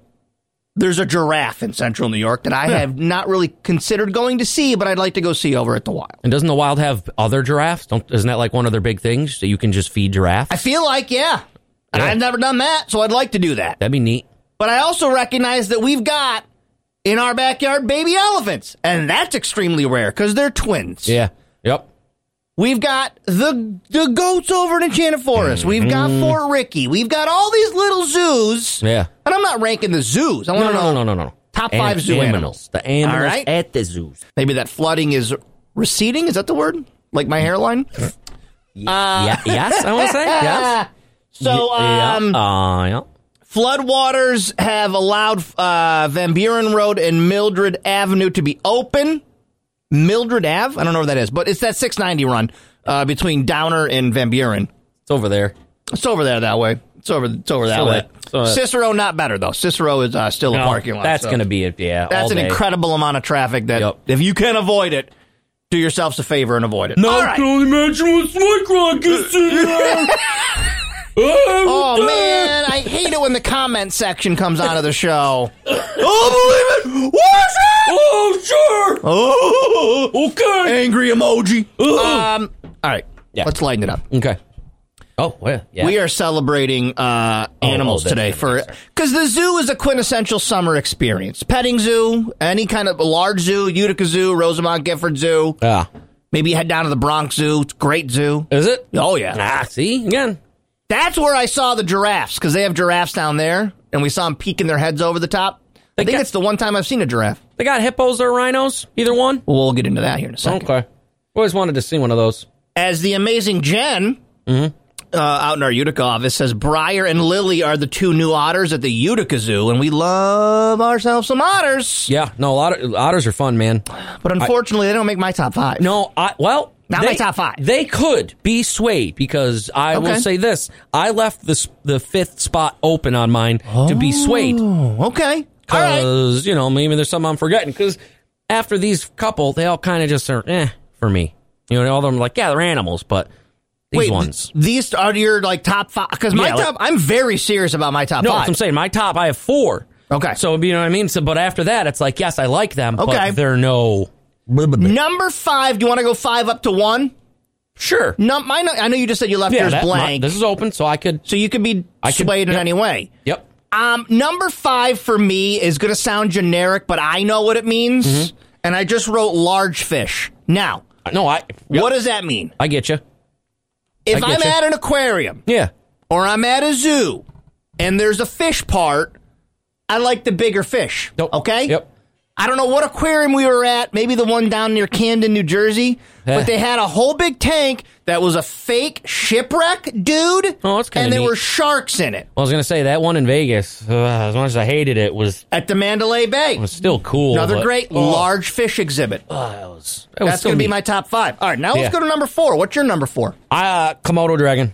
S1: there's a giraffe in central New York that I have not really considered going to see, but I'd like to go see over at the wild.
S7: And doesn't the wild have other giraffes? Don't isn't that like one of their big things that you can just feed giraffes?
S1: I feel like, yeah. And
S7: Yeah.
S1: I've never done that, so I'd like to do that.
S7: That'd be neat.
S1: But I also recognize that we've got in our backyard baby elephants, and that's extremely rare because they're twins.
S7: Yeah. Yep.
S1: We've got the the goats over in Enchanted Forest.
S7: Mm-hmm.
S1: We've got Fort Ricky. We've got all these little zoos.
S7: Yeah.
S1: And I'm not ranking the zoos. I want
S7: No,
S1: to know
S7: no, no, no, no. no.
S1: Top five zoo animals.
S7: The animals
S1: All right.
S7: at the zoos.
S1: maybe that flooding is receding. Is that the word? Like my hairline?
S7: yeah. Yes. I want to say yes.
S1: So
S7: Yeah,
S1: um,
S7: uh, yeah.
S1: floodwaters have allowed uh, Van Buren Road and Mildred Avenue to be open. Mildred Ave? I don't know where that is, but it's that 690 run uh, between Downer and Van Buren.
S7: It's over there.
S1: It's over there that way. It's over. It's over that
S7: Still
S1: way.
S7: that- still that.
S1: Cicero not better though. Cicero is uh, still a
S7: No,
S1: parking lot.
S7: Oh, That's
S1: so
S7: gonna be it. Yeah.
S1: That's
S7: all
S1: an
S7: day.
S1: incredible amount of traffic. That
S7: Yep.
S1: if you can avoid it, do yourselves a favor and avoid it. All right.
S7: only imagine what Swick is
S1: Oh man, I hate it when the comment section comes onto the show. oh, believe it. What's it?
S7: Oh sure.
S1: Oh,
S7: Okay.
S1: angry emoji. Um. All right.
S7: Yeah.
S1: Let's lighten it up.
S7: Uh, Okay. Oh well. Yeah.
S1: We are celebrating uh, animals
S7: oh, that's
S1: today for because the zoo is a quintessential summer experience. Petting zoo, any kind of large zoo, Utica Zoo, Rosamond Gifford Zoo.
S7: Yeah.
S1: Maybe head down to the Bronx Zoo. It's a great zoo.
S7: Is it?
S1: Oh yeah,
S7: Ah. See again.
S1: that's where I saw the giraffes because they have giraffes down there, and we saw them peeking their heads over the top. I
S7: They
S1: think
S7: got-
S1: it's the one time I've seen a giraffe.
S7: They got hippos or rhinos. Either one.
S1: Well, we'll get into that here in a second.
S7: Okay. Always wanted to see one of those.
S1: as the amazing Jen
S7: Mm-hmm.
S1: uh, out in our Utica office says, Briar and Lily are the two new otters at the Utica Zoo, and we love ourselves some otters.
S7: Yeah, no, a lot of otters are fun, man.
S1: But unfortunately, they don't make my top five.
S7: No, I well,
S1: Not my
S7: They-
S1: top five.
S7: They could be swayed because I will
S1: Okay.
S7: say this: I left the s- the fifth spot open on mine to be swayed
S1: Oh, okay. All right.
S7: because you know maybe there's something I'm forgetting. Because after these couple, they all kind of just are eh for me. You know, all of them are like yeah, they're animals, but these
S1: Wait,
S7: ones.
S1: th- these are your like top five? Because my
S7: Yeah, like-
S1: top, I'm very serious about my top
S7: no, that's
S1: five.
S7: what I'm saying my top. I have four.
S1: Okay.
S7: so you know what I mean. So, but after that, it's like yes, I like them,
S1: Okay.
S7: but they're no.
S1: Number five. Do you want to go five up to one?
S7: Sure.
S1: No, my, no- I know you just said you left yours
S7: that- my-
S1: blank,
S7: this is open, so I could.
S1: so you could be
S7: I could-
S1: swayed in
S7: yep.
S1: any way.
S7: Yep.
S1: Um, number five for me is going to sound generic, but I know what it means,
S7: Mm-hmm.
S1: and I just wrote large fish. Now,
S7: No, I.
S1: what does that mean?
S7: I get you.
S1: If
S7: I
S1: I'm
S7: get ya.
S1: at an aquarium
S7: Yeah.
S1: or I'm at a zoo and there's a fish part, I like the bigger fish.
S7: Nope.
S1: Okay?
S7: Yep.
S1: I don't know what aquarium we were at, maybe the one down near Camden, New Jersey,
S7: Yeah.
S1: but they had a whole big tank that was a fake shipwreck, dude.
S7: Oh, that's kinda
S1: And there
S7: neat.
S1: were sharks in it
S7: I was gonna say that one in Vegas. uh, as much as I hated it, was
S1: at the Mandalay Bay.
S7: was still cool.
S1: Another
S7: but-
S1: great
S7: oh,
S1: large fish exhibit.
S7: oh, that was, that was
S1: That's
S7: still
S1: going to be
S7: neat.
S1: my top five. All right, now
S7: Yeah.
S1: let's go to number four. What's your number four?
S7: uh, Komodo dragon.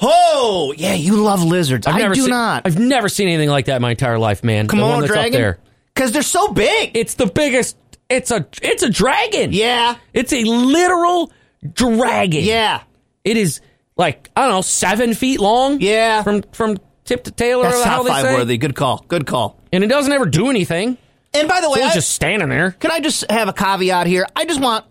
S1: Oh, yeah, you love lizards.
S7: I've
S1: I
S7: never
S1: do
S7: seen,
S1: not.
S7: I've never seen anything like that in my entire life, man. the one
S1: Komodo
S7: that's up
S1: dragon?
S7: there.
S1: Because they're so big.
S7: It's the biggest. It's a it's a dragon.
S1: yeah,
S7: It's a literal dragon.
S1: yeah.
S7: It is like I don't know seven feet long.
S1: Yeah.
S7: From from tip to tail or
S1: That's
S7: how
S1: top
S7: they
S1: five
S7: say.
S1: worthy. Good call. Good call.
S7: And it doesn't ever do anything.
S1: And by the way,
S7: It's
S1: I,
S7: just standing there.
S1: can I just have a caveat here? I just want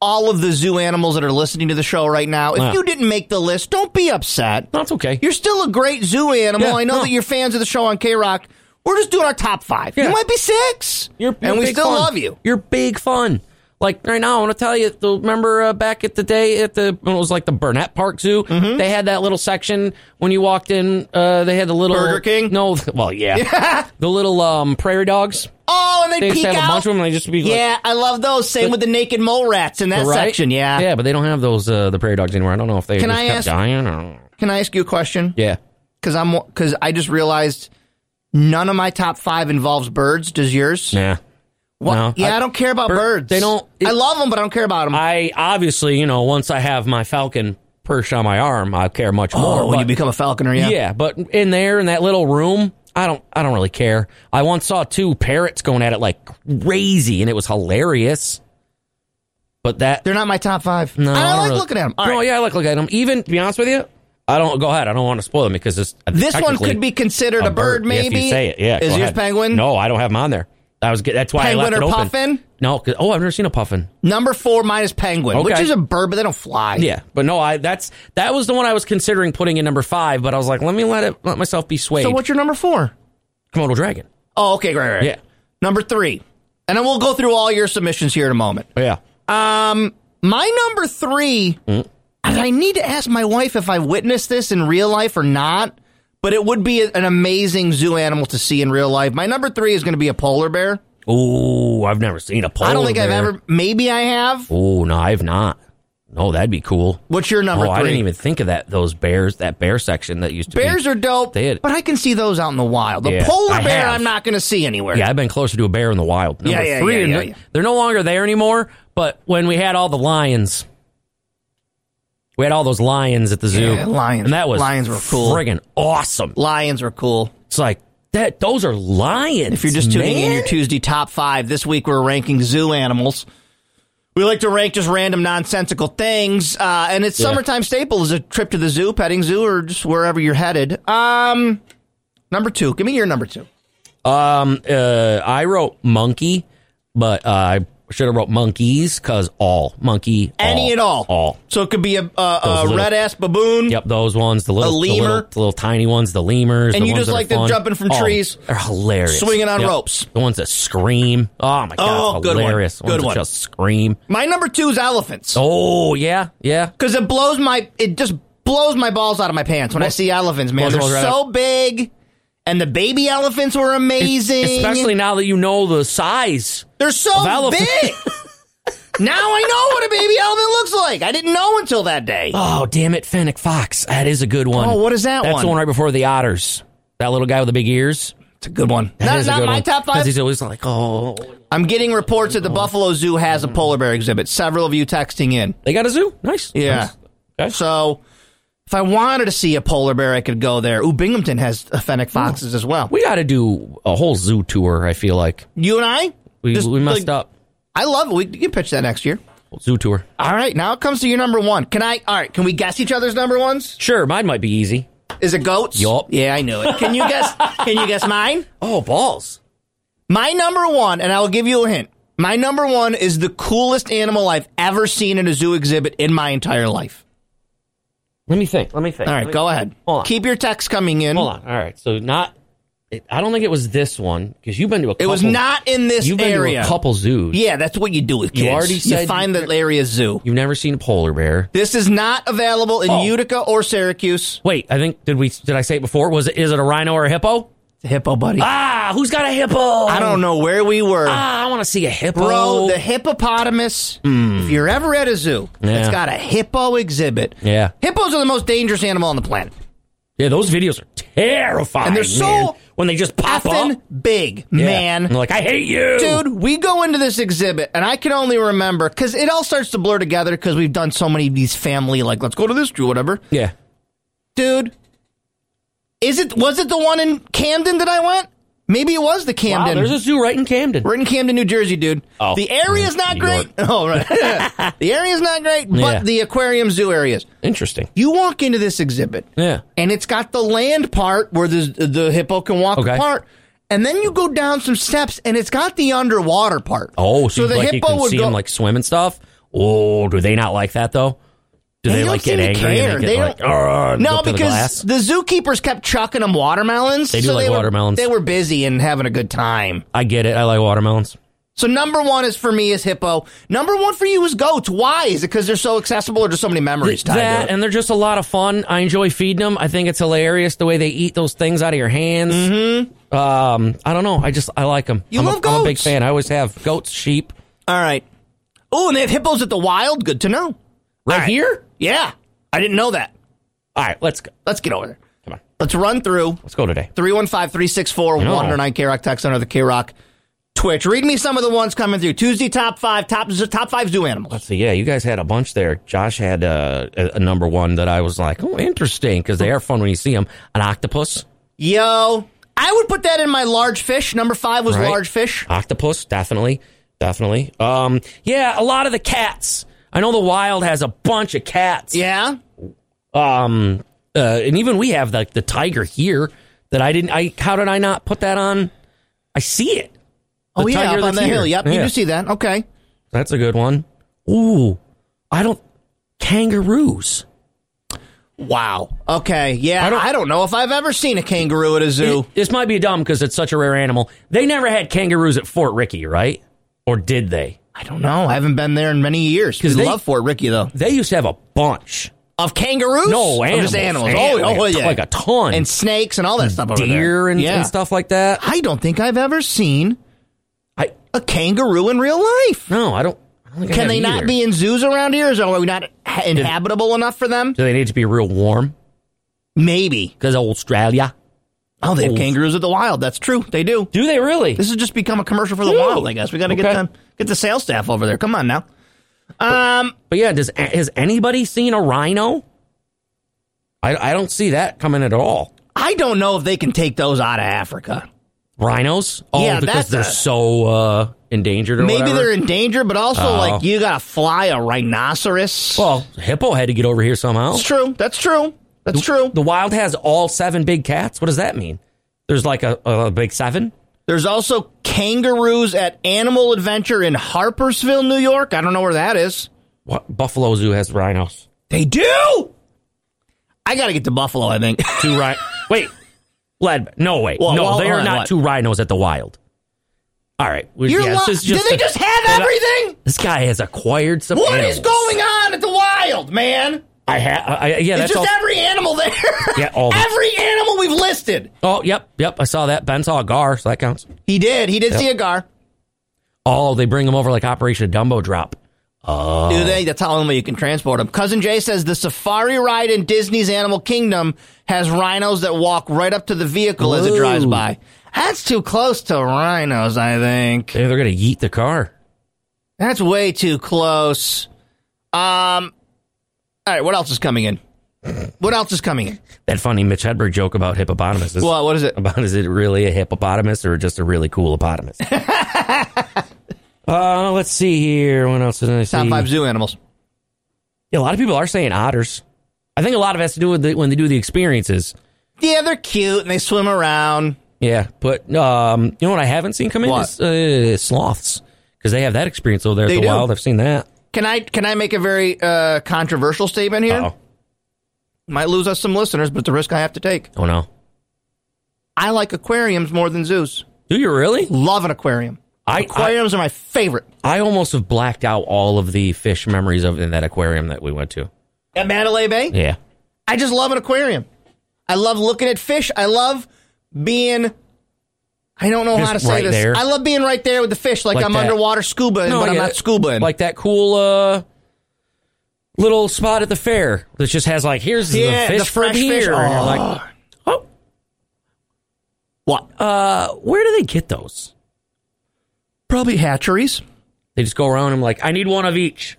S1: all of the zoo animals that are listening to the show right now. If
S7: Yeah.
S1: you didn't make the list, don't be upset.
S7: That's okay.
S1: You're still a great zoo animal.
S7: Yeah,
S1: I know
S7: no.
S1: that you're fans of the show on K Rock. We're just doing our top five.
S7: Yeah.
S1: You might be 6
S7: You're,
S1: and
S7: you're
S1: we
S7: big
S1: still
S7: fun.
S1: love you.
S7: You're big fun. Like right now, I want to tell you. the- Remember uh, back at the day at the when it was like the Burnett Park Zoo.
S1: Mm-hmm.
S7: They had that little section when you walked in. Uh, they had the little
S1: Burger King?
S7: No, well, yeah, the little um, prairie dogs.
S1: Oh, and
S7: They
S1: they
S7: used
S1: peek
S7: to have
S1: out.
S7: a bunch of them. And they just be like,
S1: yeah, I love those. Same with the naked mole rats in that
S7: right?
S1: section. Yeah.
S7: yeah, but they don't have those uh, the prairie dogs anymore. I don't know if they
S1: Can
S7: just
S1: I
S7: kept
S1: ask-
S7: dying or
S1: Can I ask you a question?
S7: yeah.
S1: Because I'm because I just realized none of my top five involves birds. Does yours?
S7: Nah.
S1: What?
S7: No.
S1: yeah, I,
S7: I-
S1: don't care about
S7: bir-
S1: birds.
S7: they don't-
S1: I
S7: it-
S1: love them, but I don't care about them.
S7: I obviously, you know, once I have my falcon perched on my arm, I care much more.
S1: oh, when
S7: but-
S1: you become a falconer, yeah.
S7: Yeah. but in there in that little room, I don't I don't really care. I once saw two parrots going at it like crazy and it was hilarious. But that
S1: They're not my top five.
S7: no,
S1: I,
S7: don't
S1: like
S7: really-
S1: looking at them.
S7: no, yeah, I like looking at them. Even to be honest with you, I don't go ahead. I don't want to spoil them because this
S1: This one
S7: technically
S1: could be considered a, bird, maybe.
S7: If you say it, yeah.
S1: Is
S7: go
S1: yours
S7: ahead.
S1: penguin?
S7: No, I don't have them on there. That was good. That's why
S1: Penguin
S7: I left
S1: or
S7: it open.
S1: puffin?
S7: No, 'cause- oh, I've never seen a puffin.
S1: Number four minus penguin, which
S7: Okay.
S1: is a bird, but they don't fly.
S7: Yeah, but no, I that's that was the one I was considering putting in number five, but I was like, let me let it let myself be swayed.
S1: So what's your number four?
S7: Komodo dragon?
S1: Oh, okay, great, right.
S7: Yeah.
S1: Number three, and then we'll go through all your submissions here in a moment.
S7: Yeah.
S1: Um, my number three,
S7: Mm.
S1: and I need to ask my wife if I witnessed this in real life or not, but it would be a- an amazing zoo animal to see in real life. My number three is going to be a polar bear.
S7: Oh, I've never seen a polar.
S1: I don't think I've ever, maybe I have.
S7: Oh no, I've not. No, that'd be cool.
S1: What's your
S7: Oh,
S1: number
S7: I
S1: three?
S7: didn't even think of that. Those bears, that bear section that used to be-
S1: Bears are dope,
S7: They had-
S1: but I can see those out in the wild. The
S7: Yeah,
S1: polar
S7: I
S1: bear,
S7: have.
S1: I'm not going to see anywhere.
S7: Yeah, I've been closer to a bear in the wild. Number
S1: Yeah, yeah,
S7: three,
S1: yeah,
S7: and
S1: yeah,
S7: they're,
S1: yeah.
S7: they're no longer there anymore. But when we had all the lions, we had all those lions at the zoo.
S1: Yeah, lions.
S7: and that was
S1: Lions were cool.
S7: friggin' awesome.
S1: Lions are cool.
S7: It's like that. Those are lions.
S1: If you're just tuning in
S7: man.
S1: your Tuesday top five, this week we're ranking zoo animals. We like to rank just random nonsensical things, uh, and it's
S7: Yeah.
S1: summertime staple is a trip to the zoo, petting zoo, or just wherever you're headed. Um, number two, give me your number two.
S7: um, uh, I wrote monkey, but uh, I should have wrote monkeys because all monkey,
S1: Any
S7: all,
S1: at all,
S7: all.
S1: So it could be a, a,
S7: Those
S1: a
S7: little-
S1: red ass baboon.
S7: Yep, those ones, the little,
S1: A
S7: the
S1: lemur.
S7: little, the little tiny ones, the lemurs,
S1: And
S7: the
S1: you just
S7: ones that are
S1: like them
S7: fun.
S1: jumping from
S7: Oh,
S1: trees,
S7: they're hilarious,
S1: swinging on ropes.
S7: The ones that scream, oh my
S1: Oh,
S7: god,
S1: good one.
S7: hilarious!
S1: Good
S7: ones
S1: one.
S7: That just scream.
S1: My number two is elephants
S7: Oh yeah, yeah.
S1: because it blows my it just blows my balls out of my pants when I see elephants. Man,
S7: most
S1: they're
S7: of those are-
S1: so big, and the baby elephants were amazing.
S7: Especially now that you know the size.
S1: They're so
S7: Of elephant-
S1: big. now I know what a baby elephant looks like. I didn't know until that day.
S7: Oh damn it, Fennec Fox. That is a good one.
S1: Oh, what is that
S7: That's
S1: one?
S7: the one right before the otters. That little guy with the big ears.
S1: It's a good one.
S7: That
S1: not
S7: is a
S1: not
S7: good
S1: my
S7: one,
S1: top
S7: 'cause
S1: five.
S7: He's Oh. always like, oh,
S1: I'm getting reports that the Buffalo Zoo has a polar bear exhibit. Several of you texting in.
S7: they got a zoo. Nice.
S1: Yeah.
S7: Nice. Okay.
S1: So if I wanted to see a polar bear, I could go there. Ooh, Binghamton has fennec foxes as well.
S7: We got to do a whole zoo tour. I feel like
S1: You and I?
S7: we
S1: Just,
S7: we messed
S1: like,
S7: up
S1: I love it. We you can pitch that next year.
S7: zoo tour.
S1: All right, now it comes to your number one. Can I? All right, can we guess each other's number ones?
S7: Sure, mine might be easy.
S1: Is it goats?
S7: Yup.
S1: Yeah, I knew it. Can you guess? can you guess mine?
S7: Oh balls!
S1: My number one, and I will give you a hint. My number one is the coolest animal I've ever seen in a zoo exhibit in my entire life.
S7: Let me think. Let me think.
S1: All
S7: Let
S1: right,
S7: me-
S1: go ahead.
S7: Hold on.
S1: Keep your text coming in.
S7: Hold on. All right. So not. It, I don't think it was this one because you've been to a. Couple,
S1: It was not in this
S7: You've been
S1: area.
S7: to a couple zoos.
S1: Yeah, that's what you do with kids.
S7: You already said-
S1: find the area zoo.
S7: You've never seen a polar bear.
S1: This is not available in
S7: Oh.
S1: Utica or Syracuse.
S7: Wait, I think did we did I say it before? Was it is it a rhino or a hippo?
S1: It's a hippo, buddy.
S7: Ah, who's got a hippo?
S1: I don't know where we were.
S7: Ah, Oh. I want to see a hippo.
S1: Bro, the hippopotamus. If you're ever at a zoo, it's
S7: Hmm. Yeah.
S1: got a hippo exhibit.
S7: Yeah.
S1: Hippos are the most dangerous animal on the planet.
S7: yeah, those videos are terrifying.
S1: And they're so
S7: man, when they just pop
S1: Effing
S7: up,
S1: big,
S7: Yeah.
S1: man.
S7: And they're like I hate you,
S1: Dude, we go into this exhibit, and I can only remember because it all starts to blur together because we've done so many of these family, like, let's go to this zoo, whatever.
S7: Yeah,
S1: dude. Is it was it the one in Camden that I went? Maybe it was the
S7: wow,
S1: Camden.
S7: there's a zoo right in Camden.
S1: We're in Camden, New Jersey, dude.
S7: Oh.
S1: the area's not
S7: New
S1: great. Oh, right. the area's not great, but
S7: Yeah.
S1: the aquarium zoo areas.
S7: Interesting.
S1: You walk into this exhibit,
S7: Yeah.
S1: and it's got the land part where the the hippo can walk
S7: Okay.
S1: apart. And then you go down some steps, and it's got the underwater part.
S7: Oh, so, like you can see them like swim and stuff. Oh, do they not like that though? Do
S1: They
S7: they,
S1: don't
S7: like get
S1: seem to
S7: angry?
S1: care.
S7: And they
S1: They
S7: get like,
S1: don't-
S7: "Arr,"
S1: No,
S7: up to the
S1: because
S7: glass?
S1: the, zookeepers kept chucking them watermelons.
S7: They do like
S1: were-
S7: watermelons.
S1: They were busy and having a good time.
S7: I get it. I like watermelons.
S1: So number one is for me is hippo. Number one for you is goats. Why? Is it because they're so accessible or just so many memories tied
S7: that
S1: to it?
S7: and they're just a lot of fun. I enjoy feeding them. I think it's hilarious the way they eat those things out of your hands. Um, I don't know. I just I like them.
S1: Mm-hmm. You
S7: I'm
S1: love
S7: a, I'm a big
S1: goats.
S7: fan. I always have goats, sheep,
S1: All right. Oh, and they have hippos at the wild. Good to know.
S7: right,
S1: All right.
S7: here.
S1: Yeah, I didn't know that.
S7: All right, let's go.
S1: Let's get over there.
S7: Come on,
S1: Let's run through
S7: let's go today.
S1: 315-364-109 K-Rock text under the K-Rock Twitch. Read me some of the ones coming through. Tuesday top five, top top five zoo animals.
S7: So yeah, you guys had a bunch there. Josh had uh, a, a number one that I was like, oh, interesting, because they are fun when you see them. An octopus,
S1: Yo, I would put that in my large fish. Number five was
S7: Right. Uh,
S1: large fish.
S7: octopus, definitely, definitely. Um, yeah, a lot of the cats. I know the wild has a bunch of cats.
S1: Yeah.
S7: um uh, and even we have like the tiger here that I didn't I how did I not put that on I see it
S1: Oh
S7: The
S1: yeah,
S7: tiger
S1: up on
S7: that's
S1: the
S7: here.
S1: hill. Yep, you
S7: Yeah.
S1: do see that. Okay.
S7: that's a good one ooh I don't kangaroos
S1: Wow. Okay. Yeah. I
S7: I
S1: don't,
S7: don't-
S1: know if I've ever seen a kangaroo at a zoo.
S7: this might be dumb because it's such a rare animal they never had kangaroos at Fort Ricky right or did they
S1: I don't know. I haven't been there in many years. We
S7: 'Cause they-
S1: love Fort Ricky though.
S7: they used to have a bunch
S1: Of kangaroos?
S7: no
S1: Of
S7: animals
S1: just animals.
S7: Yeah,
S1: Oh,
S7: like,
S1: oh,
S7: a,
S1: yeah.
S7: like a ton
S1: and snakes and all that stuff. Over
S7: deer
S1: there.
S7: and,
S1: yeah.
S7: and stuff like that
S1: I don't think I've ever seen
S7: I
S1: a kangaroo in real life.
S7: no I don't, I don't think I
S1: Can
S7: have
S1: they not
S7: either.
S1: be in zoos around here? Is are we not ha- inhabitable enough for them?
S7: do they need to be real warm
S1: Maybe.
S7: because Australia
S1: Oh, they have
S7: Oh.
S1: kangaroos at the wild. That's true. They do.
S7: do they really
S1: This has just become a commercial for the
S7: Dude.
S1: wild. I guess we got to get
S7: Okay.
S1: them, get the sales staff over there. Come on now. Um,
S7: But yeah, does has anybody seen a rhino? I, I don't see that coming at all.
S1: I don't know if they can take those out of Africa.
S7: Rhinos? Oh,
S1: Yeah, that's
S7: because they're
S1: a-
S7: so uh, endangered or
S1: Maybe
S7: whatever.
S1: they're in danger, but also
S7: Oh.
S1: like you gotta fly a rhinoceros.
S7: well, hippo had to get over here somehow.
S1: that's true. That's true. That's true.
S7: The wild has all seven big cats. What does that mean? There's like a, a big seven.
S1: There's also kangaroos at Animal Adventure in Harpersville, New York. I don't know where that is.
S7: What Buffalo Zoo has rhinos?
S1: They do. I gotta get to Buffalo. I think.
S7: Two rhinos. Wait, Led. No wait.
S1: Well,
S7: no,
S1: well,
S7: they
S1: hold
S7: are
S1: on,
S7: not
S1: what?
S7: two rhinos at the wild. All right. we-
S1: You're
S7: yeah,
S1: lo-
S7: this is just
S1: Did they
S7: a-
S1: just have everything?
S7: This guy has acquired some.
S1: What
S7: animals.
S1: is going on at the wild, man?
S7: I have. I, I- yeah,
S1: It's
S7: that's
S1: just
S7: all.
S1: every animal there.
S7: Yeah, all of them.
S1: every animal we've listed.
S7: Oh, yep, yep. I saw that. Ben saw a gar, so that counts.
S1: He did. He did see a gar.
S7: Oh, they bring them over like Operation Dumbo Drop.
S1: Do they? That's how only you can transport them. Cousin Jay says the safari ride in Disney's Animal Kingdom has rhinos that walk right up to the vehicle as it drives
S7: Ooh.
S1: by. That's too close to rhinos, I think.
S7: They're, they're gonna yeet the car.
S1: That's way too close. Um. All right, what else is coming in? What else is coming in?
S7: That funny Mitch Hedberg joke about hippopotamuses.
S1: Well, what is it?
S7: about is it really a hippopotamus or just a really cool hippopotamus? uh, let's see here. What else did I see?
S1: Top five zoo animals.
S7: Yeah, a lot of people are saying otters. I think a lot of it has to do with the, when they do the experiences.
S1: Yeah, they're cute and they swim around.
S7: Yeah, but um, you know what I haven't seen come in
S1: What?
S7: is uh, sloths because they have that experience over there
S1: They
S7: at the
S1: do.
S7: wild. I've seen that.
S1: Can I can I make a very uh, controversial statement here?
S7: Oh,
S1: Might lose us some listeners, but it's a risk I have to take.
S7: oh no.
S1: I like aquariums more than zoos.
S7: Do you really?
S1: Love an aquarium.
S7: I-
S1: aquariums are my favorite.
S7: I almost have blacked out all of the fish memories of in that aquarium that we went to.
S1: At Mandalay Bay,
S7: Yeah.
S1: I just love an aquarium. I love looking at fish. I love being. I don't know
S7: Just
S1: how to say
S7: right
S1: this.
S7: there.
S1: I love being right there with the fish, like,
S7: Like
S1: I'm
S7: that.
S1: underwater scuba,
S7: No,
S1: but
S7: I
S1: I'm
S7: get
S1: not
S7: it.
S1: scuba.
S7: Like that cool uh, little spot at the fair that just has like here's
S1: Yeah,
S7: the fish
S1: the fresh
S7: from here.
S1: fish.
S7: And you're
S1: Oh.
S7: like, oh,
S1: what?
S7: uh, where do they get those?
S1: Probably hatcheries,
S7: They just go around and I'm like, I need one of each,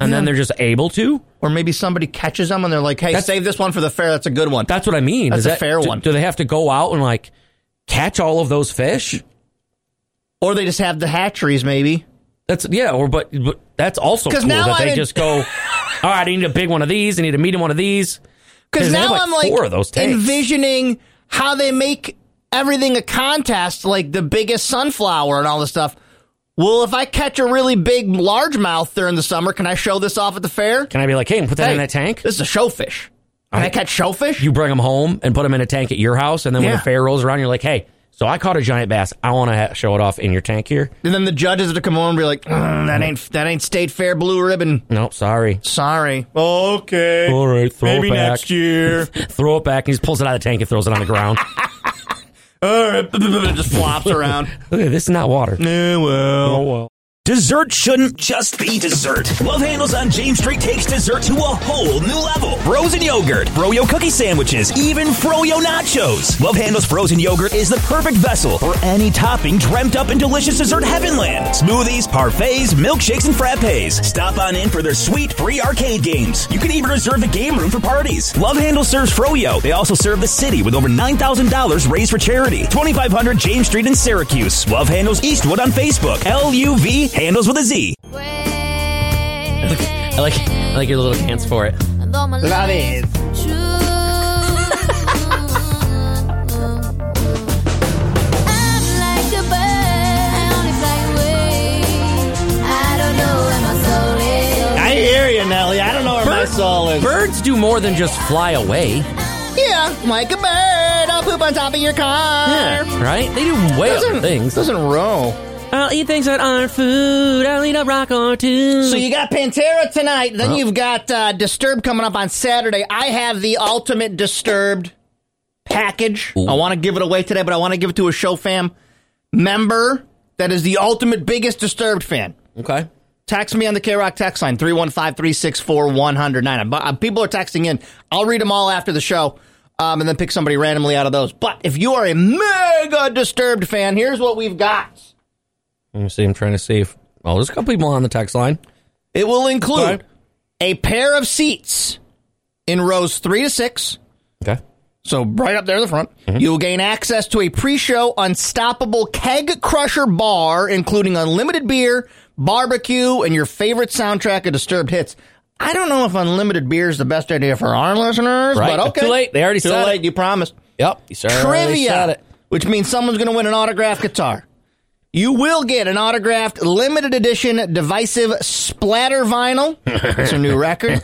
S7: and then they're just able to.
S1: or maybe somebody catches them and they're like, "Hey,
S7: That's-
S1: save this one for the fair. That's a good one."
S7: That's what I mean.
S1: That's
S7: Is
S1: a
S7: that-
S1: fair
S7: do-
S1: one.
S7: Do they have to go out and like catch all of those fish?
S1: or they just have the hatcheries, maybe.
S7: That's yeah. Or but, but that's also
S1: 'Cause
S7: cool
S1: now
S7: that
S1: I
S7: they
S1: didn't-
S7: just go. All right, I need a big one of these. I need a medium one of these.
S1: Because
S7: Because they have,
S1: now
S7: like,
S1: I'm like
S7: four of those tanks.
S1: envisioning how they make everything a contest, like the biggest sunflower and all this stuff. Well, if I catch a really big largemouth during the summer, can I show this off at the fair?
S7: Can I be like, hey, put that
S1: Hey,
S7: in that tank?
S1: This is a showfish. Can I
S7: right.
S1: catch showfish?
S7: You bring them home and put them in a tank at your house, and then when
S1: Yeah.
S7: the fair rolls around, you're like, hey, so I caught a giant bass. I want to ha- show it off in your tank here.
S1: and then the judges would come over and be like, "Mm, "That ain't that ain't state fair blue ribbon."
S7: Nope, sorry.
S1: Sorry. Okay.
S7: All right, throw
S1: Maybe
S7: it back.
S1: next year.
S7: throw it back, and he just pulls it out of the tank and throws it on the ground.
S1: All right. Just flops around.
S7: Look at this is not water.
S1: Eh, well.
S7: Oh well.
S9: Dessert shouldn't just be dessert. Love Handles on James Street takes dessert to a whole new level. Frozen yogurt, froyo cookie sandwiches, even froyo nachos. Love Handles frozen yogurt is the perfect vessel for any topping dreamt up in delicious dessert heavenland. Smoothies, parfaits, milkshakes, and frappes. Stop on in for their sweet free arcade games. You can even reserve the game room for parties. Love Handle serves froyo. They also serve the city with over $9,000 raised for charity. 2500 James Street in Syracuse. Love Handles Eastwood on Facebook. L-U-V handles with a Z.
S7: I like I like your little hands for it.
S1: Love it. I hear you, Nelly. I don't know where my soul is.
S7: Birds do more than just fly away.
S1: Yeah, like a bird, I'll poop on top of your car.
S7: Right? They do way other
S1: Doesn't,
S7: things.
S1: doesn't roll.
S7: I'll eat things that aren't food. I'll eat a rock or two.
S1: So you got Pantera tonight. Then you've got uh, Disturbed coming up on Saturday. I have the ultimate Disturbed package. I want to give it away today, but I want to give it to a show fam member that is the ultimate biggest Disturbed fan.
S7: okay.
S1: Text me on the K Rock text line 315 364 109. uh, People are texting in. I'll read them all after the show um, and then pick somebody randomly out of those. But if you are a mega disturbed fan, here's what we've got
S7: Let me see. I'm trying to see if. Oh, there's a couple people on the text line.
S1: it will include
S7: All right.
S1: a pair of seats in rows three to six.
S7: Okay.
S1: So right up there in the front,
S7: Mm-hmm.
S1: you will gain access to a pre-show unstoppable keg crusher bar, including unlimited beer, barbecue, and your favorite soundtrack of Disturbed hits. I don't know if unlimited beer is the best idea for our listeners,
S7: Right.
S1: but okay.
S7: Too late. They already
S1: Too
S7: said it.
S1: late. You promised
S7: Yep. You sir
S1: trivia, which means someone's going to win an autographed guitar. You will get an autographed limited edition divisive splatter vinyl. It's a new record.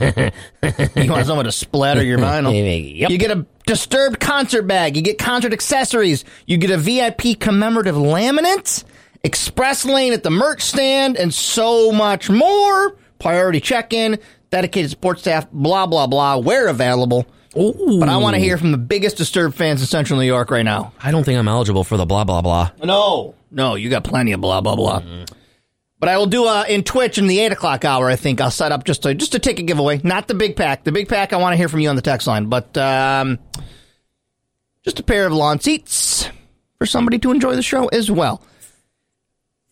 S1: you want someone to splatter your vinyl.
S7: Yep.
S1: You get a disturbed concert bag. You get concert accessories. You get a VIP commemorative laminate, express lane at the merch stand, and so much more. Priority check in, dedicated support staff, blah, blah, blah, where available. But I want to hear from the biggest Disturbed fans in Central New York right now.
S7: I don't think I'm eligible for the blah blah blah.
S1: No, no, you got plenty of blah blah blah. But I will do uh, in Twitch in the eight o'clock hour. I think I'll set up just a just a ticket giveaway, not the big pack. The big pack, I want to hear from you on the text line, but um, just a pair of lawn seats for somebody to enjoy the show as well.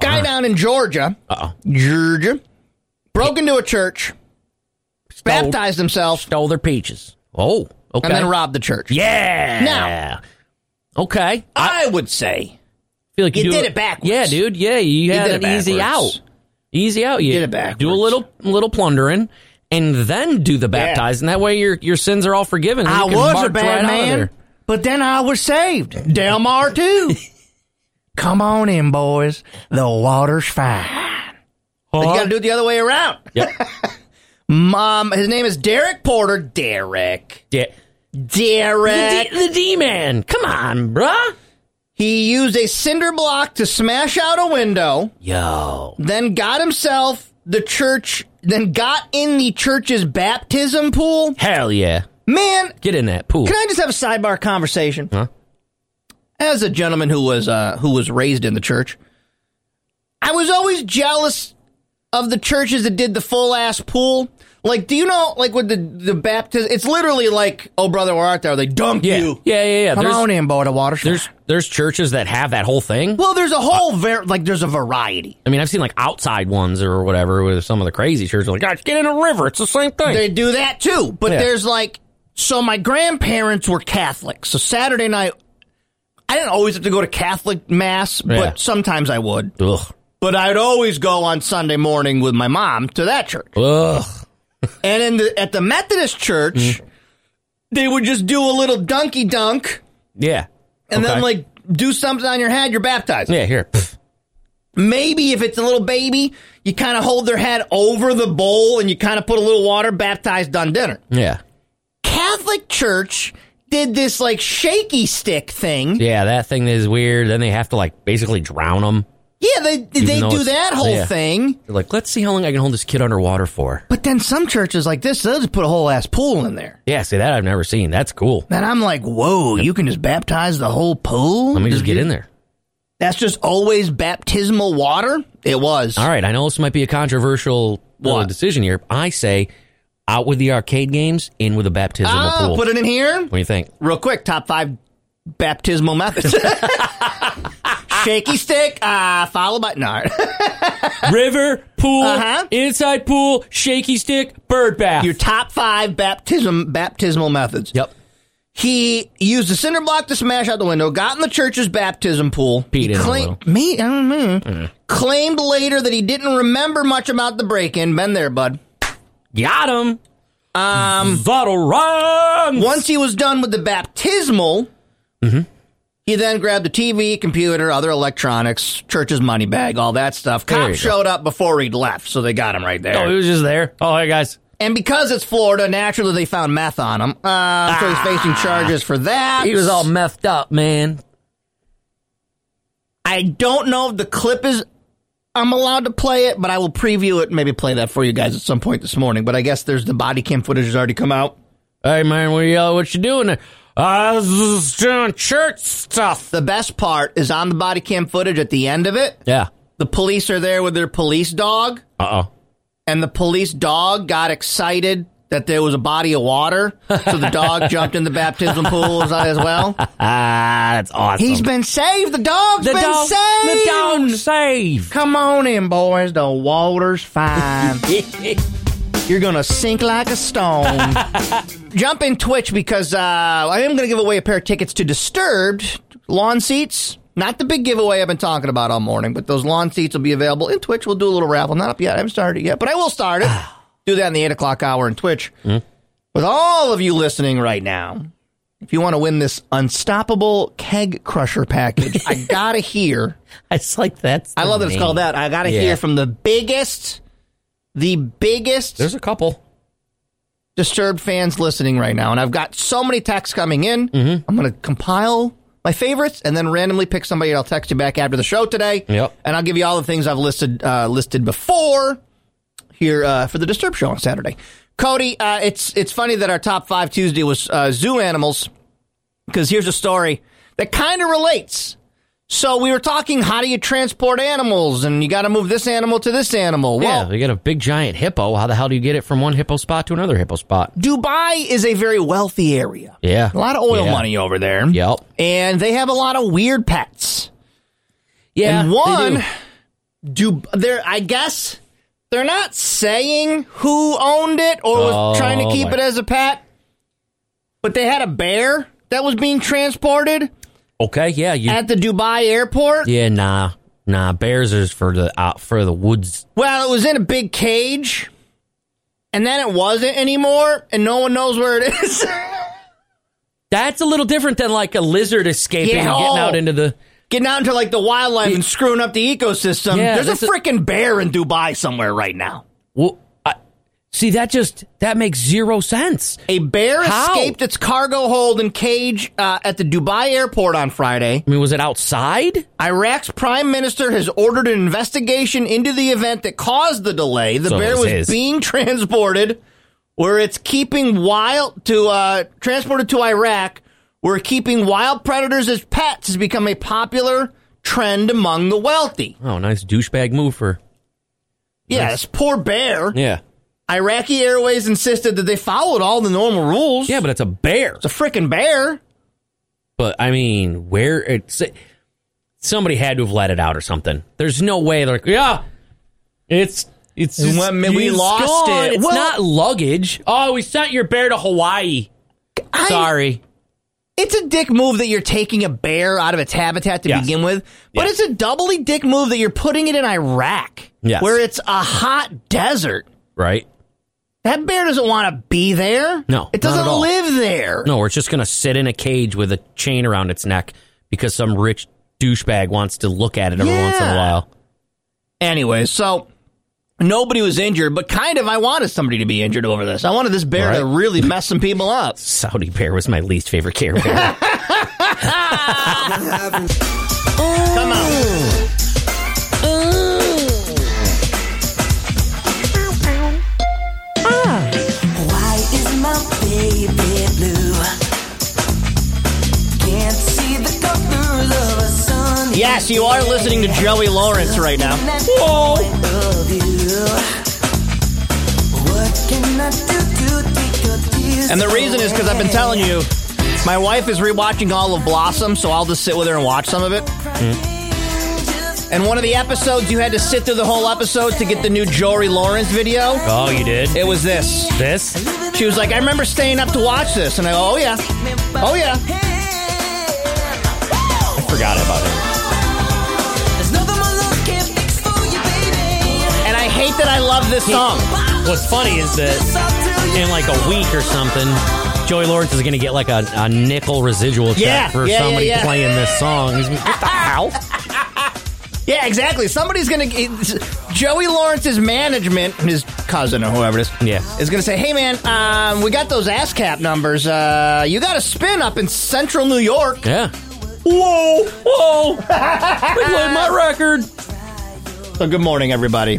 S1: Guy down in Georgia,
S7: Uh-huh. Uh-oh.
S1: Georgia, broke into a church, baptized himself,
S7: Stole their peaches. Oh, okay.
S1: and then robbed the church.
S7: Yeah.
S1: Now-
S7: Okay.
S1: I would say
S7: feel like you,
S1: You
S7: do
S1: did it backwards.
S7: Yeah, dude. Yeah, you had
S1: did
S7: an
S1: it
S7: easy
S1: backwards.
S7: out. Easy out. You
S1: did it backwards.
S7: Do a little little plundering, and then do the baptizing. That way, your your sins are all forgiven. and
S1: I
S7: you can
S1: was a
S7: march
S1: bad
S7: right out of
S1: man,
S7: there.
S1: but then I was saved. Delmar too. Come on in, boys. The water's fine. But you got to do it the other way around.
S7: Yep.
S1: Mom, his name is Derek Porter. Derek.
S7: Yeah. The
S1: Derek.
S7: D, the D man. Come on, bruh.
S1: He used a cinder block to smash out a window,
S7: Yo.
S1: then got himself the church, then got in the church's baptism pool.
S7: Hell yeah.
S1: Man,
S7: Get in that pool.
S1: Can I just have a sidebar conversation?
S7: Huh?
S1: As a gentleman who was uh, who was raised in the church, I was always jealous of the churches that did the full ass pool. Like, do you know, like with the the baptism, it's literally like, "Oh, brother, where art thou?" They dunk
S7: yeah.
S1: you.
S7: yeah. Yeah. Yeah.
S1: Come
S7: There's,
S1: on in, boy, to water.
S7: there's there's churches that have that whole thing.
S1: well, there's a whole ver- like there's a variety.
S7: I mean, I've seen like outside ones or whatever with some of the crazy churches. Like, guys, get in a river. It's the same thing.
S1: They do that too. But
S7: Yeah.
S1: there's like, so my grandparents were Catholic. So Saturday night, I didn't always have to go to Catholic mass,
S7: Yeah.
S1: but sometimes I would.
S7: Ugh.
S1: But I'd always go on Sunday morning with my mom to that church.
S7: Ugh.
S1: And in the, at the Methodist church,
S7: Mm-hmm.
S1: they would just do a little dunky dunk
S7: Yeah.
S1: and
S7: Okay.
S1: then like do something on your head, you're baptized.
S7: Yeah, here. Pff.
S1: Maybe if it's a little baby, you kind of hold their head over the bowl and you kind of put a little water, baptized, done dinner.
S7: Yeah.
S1: Catholic Church did this like shaky stick thing. Yeah,
S7: Yeah, that thing is weird. Then they have to like basically drown them.
S1: they they
S7: though
S1: do
S7: it's-
S1: that whole
S7: yeah.
S1: thing.
S7: They're like, let's see how long I can hold this kid underwater for.
S1: But then some churches like this, they'll just put a whole ass pool in there.
S7: Yeah, see that I've never seen. That's cool.
S1: And I'm like, whoa, you can just baptize the whole pool?
S7: Let me just get in there.
S1: That's just always baptismal water? It was.
S7: All right, I know this might be a controversial uh,
S1: What?
S7: decision here. but I say out with the arcade games, in with a baptismal
S1: Ah,
S7: pool.
S1: put it in here.
S7: what do you think?
S1: Real quick, top five baptismal methods. shaky stick, uh, followed by. No.
S7: River, pool,
S1: Uh-huh.
S7: inside pool, shaky stick, bird bath.
S1: Your top five baptism baptismal methods.
S7: yep.
S1: He used a cinder block to smash out the window, got in the church's baptism pool.
S7: Peed
S1: he
S7: in a little.
S1: me, I don't know. Claimed later that he didn't remember much about the break in. Been there, bud.
S7: Got him. Um, that'll run.
S1: Once he was done with the baptismal,
S7: Mm-hmm.
S1: he then grabbed the TV, computer, other electronics, church's money bag, all that stuff.
S7: There you
S1: Cops
S7: go.
S1: showed up before he'd left, so they got him right there.
S7: Oh, he was just there. Oh, hey guys.
S1: and because it's Florida, naturally they found meth on him. Uh, So he's facing charges for that.
S7: Ah. He was all messed up, man.
S1: I don't know if the clip is. I'm allowed to play it, but I will preview it. Maybe play that for you guys at some point this morning. But I guess there's the body cam footage has already come out.
S7: Hey man, what you what you doing there? I was just doing church stuff.
S1: The best part is on the body cam footage at the end of it.
S7: Yeah.
S1: The police are there with their police dog,
S7: Uh oh.
S1: and the police dog got excited that there was a body of water, so the dog jumped in the baptism pool as- as well.
S7: Ah, that's awesome.
S1: He's been saved. The dog's
S7: the
S1: been
S7: dog.
S1: saved.
S7: The dog saved.
S1: Come on in, boys. The water's fine. You're gonna sink like a stone. Jump in Twitch because uh, I am gonna give away a pair of tickets to Disturbed lawn seats. Not the big giveaway I've been talking about all morning, but those lawn seats will be available in Twitch. We'll do a little raffle. Not up yet. I haven't started it yet, but I will start it. do that in the eight o'clock hour in Twitch with all of you listening right now. If you want to win this unstoppable keg crusher package, I gotta hear.
S7: It's like that's.
S1: I love that it's called that. I got to
S7: Yeah.
S1: hear from the biggest, the biggest
S7: There's a couple.
S1: disturbed fans listening right now, and I've got so many texts coming in.
S7: Mm-hmm.
S1: I'm going to compile my favorites and then randomly pick somebody. And I'll text you back after the show today.
S7: Yep.
S1: And I'll give you all the things I've listed uh, listed before here uh, for the Disturbed show on Saturday. Cody, uh, it's it's funny that our top five Tuesday was uh, zoo animals because here's a story that kind of relates. So we were talking, how do you transport animals? And you got to move this animal to this animal. Well,
S7: yeah, you got a big giant hippo. How the hell do you get it from one hippo spot to another hippo spot?
S1: Dubai is a very wealthy area.
S7: Yeah.
S1: A lot of oil
S7: Yeah.
S1: money over there.
S7: Yep.
S1: And they have a lot of weird pets.
S7: Yeah.
S1: and
S7: they
S1: one
S7: do.
S1: do they're I guess they're not saying who owned it or was
S7: Oh,
S1: trying to keep
S7: my-
S1: it as a pet. But they had a bear that was being transported
S7: Okay. Yeah. You.
S1: at the Dubai airport.
S7: yeah. Nah. Nah. Bears is for the out for the woods.
S1: Well, it was in a big cage. And then it wasn't anymore, and no one knows where it is.
S7: That's a little different than like a lizard escaping
S1: Yeah. oh.
S7: and getting out into the.
S1: Getting out into like the wildlife and screwing up the ecosystem.
S7: Yeah,
S1: There's
S7: that's
S1: a
S7: a-
S1: freaking bear in Dubai somewhere right now.
S7: Well, I, see that just that makes zero sense.
S1: A bear
S7: How?
S1: escaped its cargo hold and cage uh, at the Dubai airport on Friday.
S7: I mean, was it outside?
S1: Iraq's prime minister has ordered an investigation into the event that caused the delay. The
S7: So
S1: bear
S7: it
S1: was
S7: was his.
S1: being transported, where it's keeping wild to uh, transported to Iraq, where keeping wild predators as pets has become a popular trend among the wealthy.
S7: Oh, nice douchebag move for.
S1: Yes, poor bear.
S7: Yeah.
S1: Iraqi Airways insisted that they followed all the normal rules.
S7: Yeah, but it's a bear.
S1: it's a freaking bear.
S7: But I mean, where it's somebody had to have let it out or something. There's no way they're like, yeah, it's it's
S1: And when we
S7: it's
S1: lost
S7: gone.
S1: it.
S7: It's
S1: Well-
S7: not luggage. Oh, we sent your bear to Hawaii.
S1: I-
S7: Sorry.
S1: it's a dick move that you're taking a bear out of its habitat to
S7: Yes.
S1: begin with, but
S7: Yes.
S1: it's a doubly dick move that you're putting it in Iraq,
S7: Yes.
S1: where it's a hot desert.
S7: Right?
S1: That bear doesn't want to be there.
S7: No,
S1: it
S7: not at
S1: doesn't
S7: all.
S1: live there.
S7: No, or it's just gonna sit in a cage with a chain around its neck because some rich douchebag wants to look at it every once in
S1: Yeah.
S7: a while.
S1: Anyway, so nobody was injured, but kind of I wanted somebody to be injured over this. I wanted this bear to
S7: Right.
S1: really mess some people up.
S7: Saudi bear was my least favorite care bear.
S1: Come on.
S8: Why is my baby blue? Can't see the colors of a sun.
S1: Yes, you are listening to Joey Lawrence right now.
S8: Whoa. What can I do to take your tears
S1: And the reason is because I've been telling you, my wife is rewatching all of Blossom, so I'll just sit with her and watch some of it. And one of the episodes, you had to sit through the whole episode to get the new Jory Lawrence video.
S7: oh, you did?
S1: It was this.
S7: This?
S1: She was like, I remember staying up to watch this. And I go, oh, yeah. Oh, yeah.
S7: Forgot about it.
S8: There's nothing my love can't fix for you, baby.
S1: And I hate that I love this song.
S7: What's funny is that in like a week or something, Joey Lawrence is going to get like a, a nickel residual check
S1: Yeah,
S7: for
S1: yeah, yeah,
S7: somebody
S1: yeah.
S7: playing this song. He's like, what the hell?
S1: Yeah, exactly. Somebody's going to. Joey Lawrence's management, his cousin or whoever it is,
S7: Yeah.
S1: is going to say, hey, man, um, we got those ASCAP numbers. Uh, you got a spin up in central New York.
S7: Yeah. Whoa, whoa! they played my record.
S1: So good morning, everybody.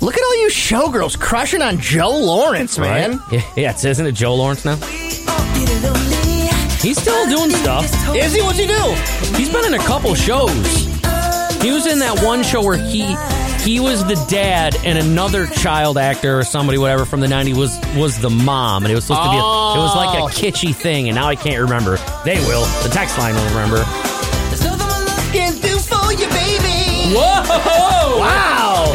S1: Look at all you showgirls crushing on Joe Lawrence, man.
S7: Yeah, yeah, it's, isn't it Joe Lawrence now? He's still doing stuff.
S1: Is he? What's he do?
S7: He's been in a couple shows. He was in that one show where he he was the dad and another child actor or somebody whatever from the 90s was was the mom and it was supposed to be a, it was like
S1: Oh.
S7: a kitschy thing and now I can't remember. They will. The text line will remember.
S1: Can do for you, baby.
S7: Whoa!
S1: Wow.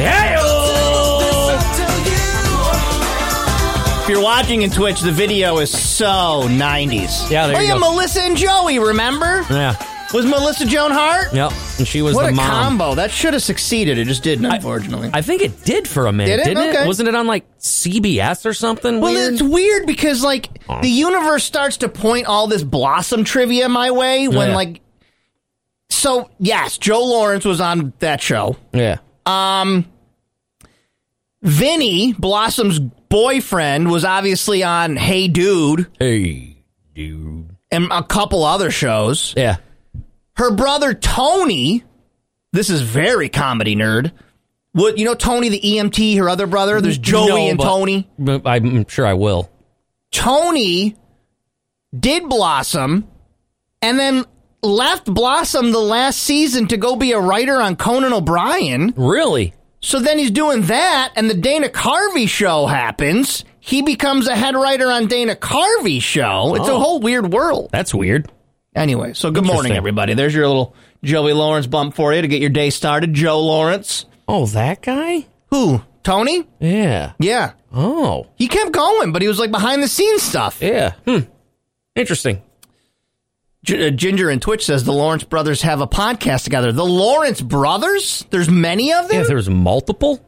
S1: If you're watching in Twitch, the video is so 90s.
S7: Yeah, there
S1: oh,
S7: you
S1: yeah,
S7: go.
S1: Melissa and Joey, remember?
S7: Yeah.
S1: Was Melissa Joan Hart?
S7: Yep. And she was
S1: What
S7: the
S1: a
S7: mom.
S1: combo. That should have succeeded. It just didn't, unfortunately.
S7: I think it did for a minute,
S1: Did it?
S7: not
S1: Okay.
S7: it? Wasn't it on like CBS or something?
S1: Well,
S7: weird?
S1: it's weird because like the universe starts to point all this blossom trivia my way when
S7: Yeah.
S1: like so yes, Joe Lawrence was on that show.
S7: yeah.
S1: Vinny, Blossom's boyfriend, was obviously on Hey Dude
S7: Hey, dude.
S1: and a couple other shows.
S7: Yeah.
S1: Her brother Tony, this is very comedy nerd. What you know Tony the EMT, her other brother? There's Joey
S7: No,
S1: and
S7: but-
S1: Tony.
S7: But I'm sure I will.
S1: Tony did blossom, and then left Blossom the last season to go be a writer on Conan O'Brien.
S7: Really?
S1: So then he's doing that, and the Dana Carvey show happens. He becomes a head writer on Dana Carvey's show. It's a whole weird world.
S7: That's weird.
S1: Anyway, so good morning,
S7: Interesting.
S1: everybody. There's your little Joey Lawrence bump for you to get your day started. Joe Lawrence.
S7: Oh, that guy?
S1: Who? Tony?
S7: Yeah.
S1: Yeah.
S7: Oh.
S1: He kept going, but he was like behind the scenes stuff.
S7: Yeah. Hmm. Interesting.
S1: G- uh, Ginger and Twitch says the Lawrence brothers have a podcast together. The Lawrence brothers? There's many of them?
S7: Yeah, there was multiple.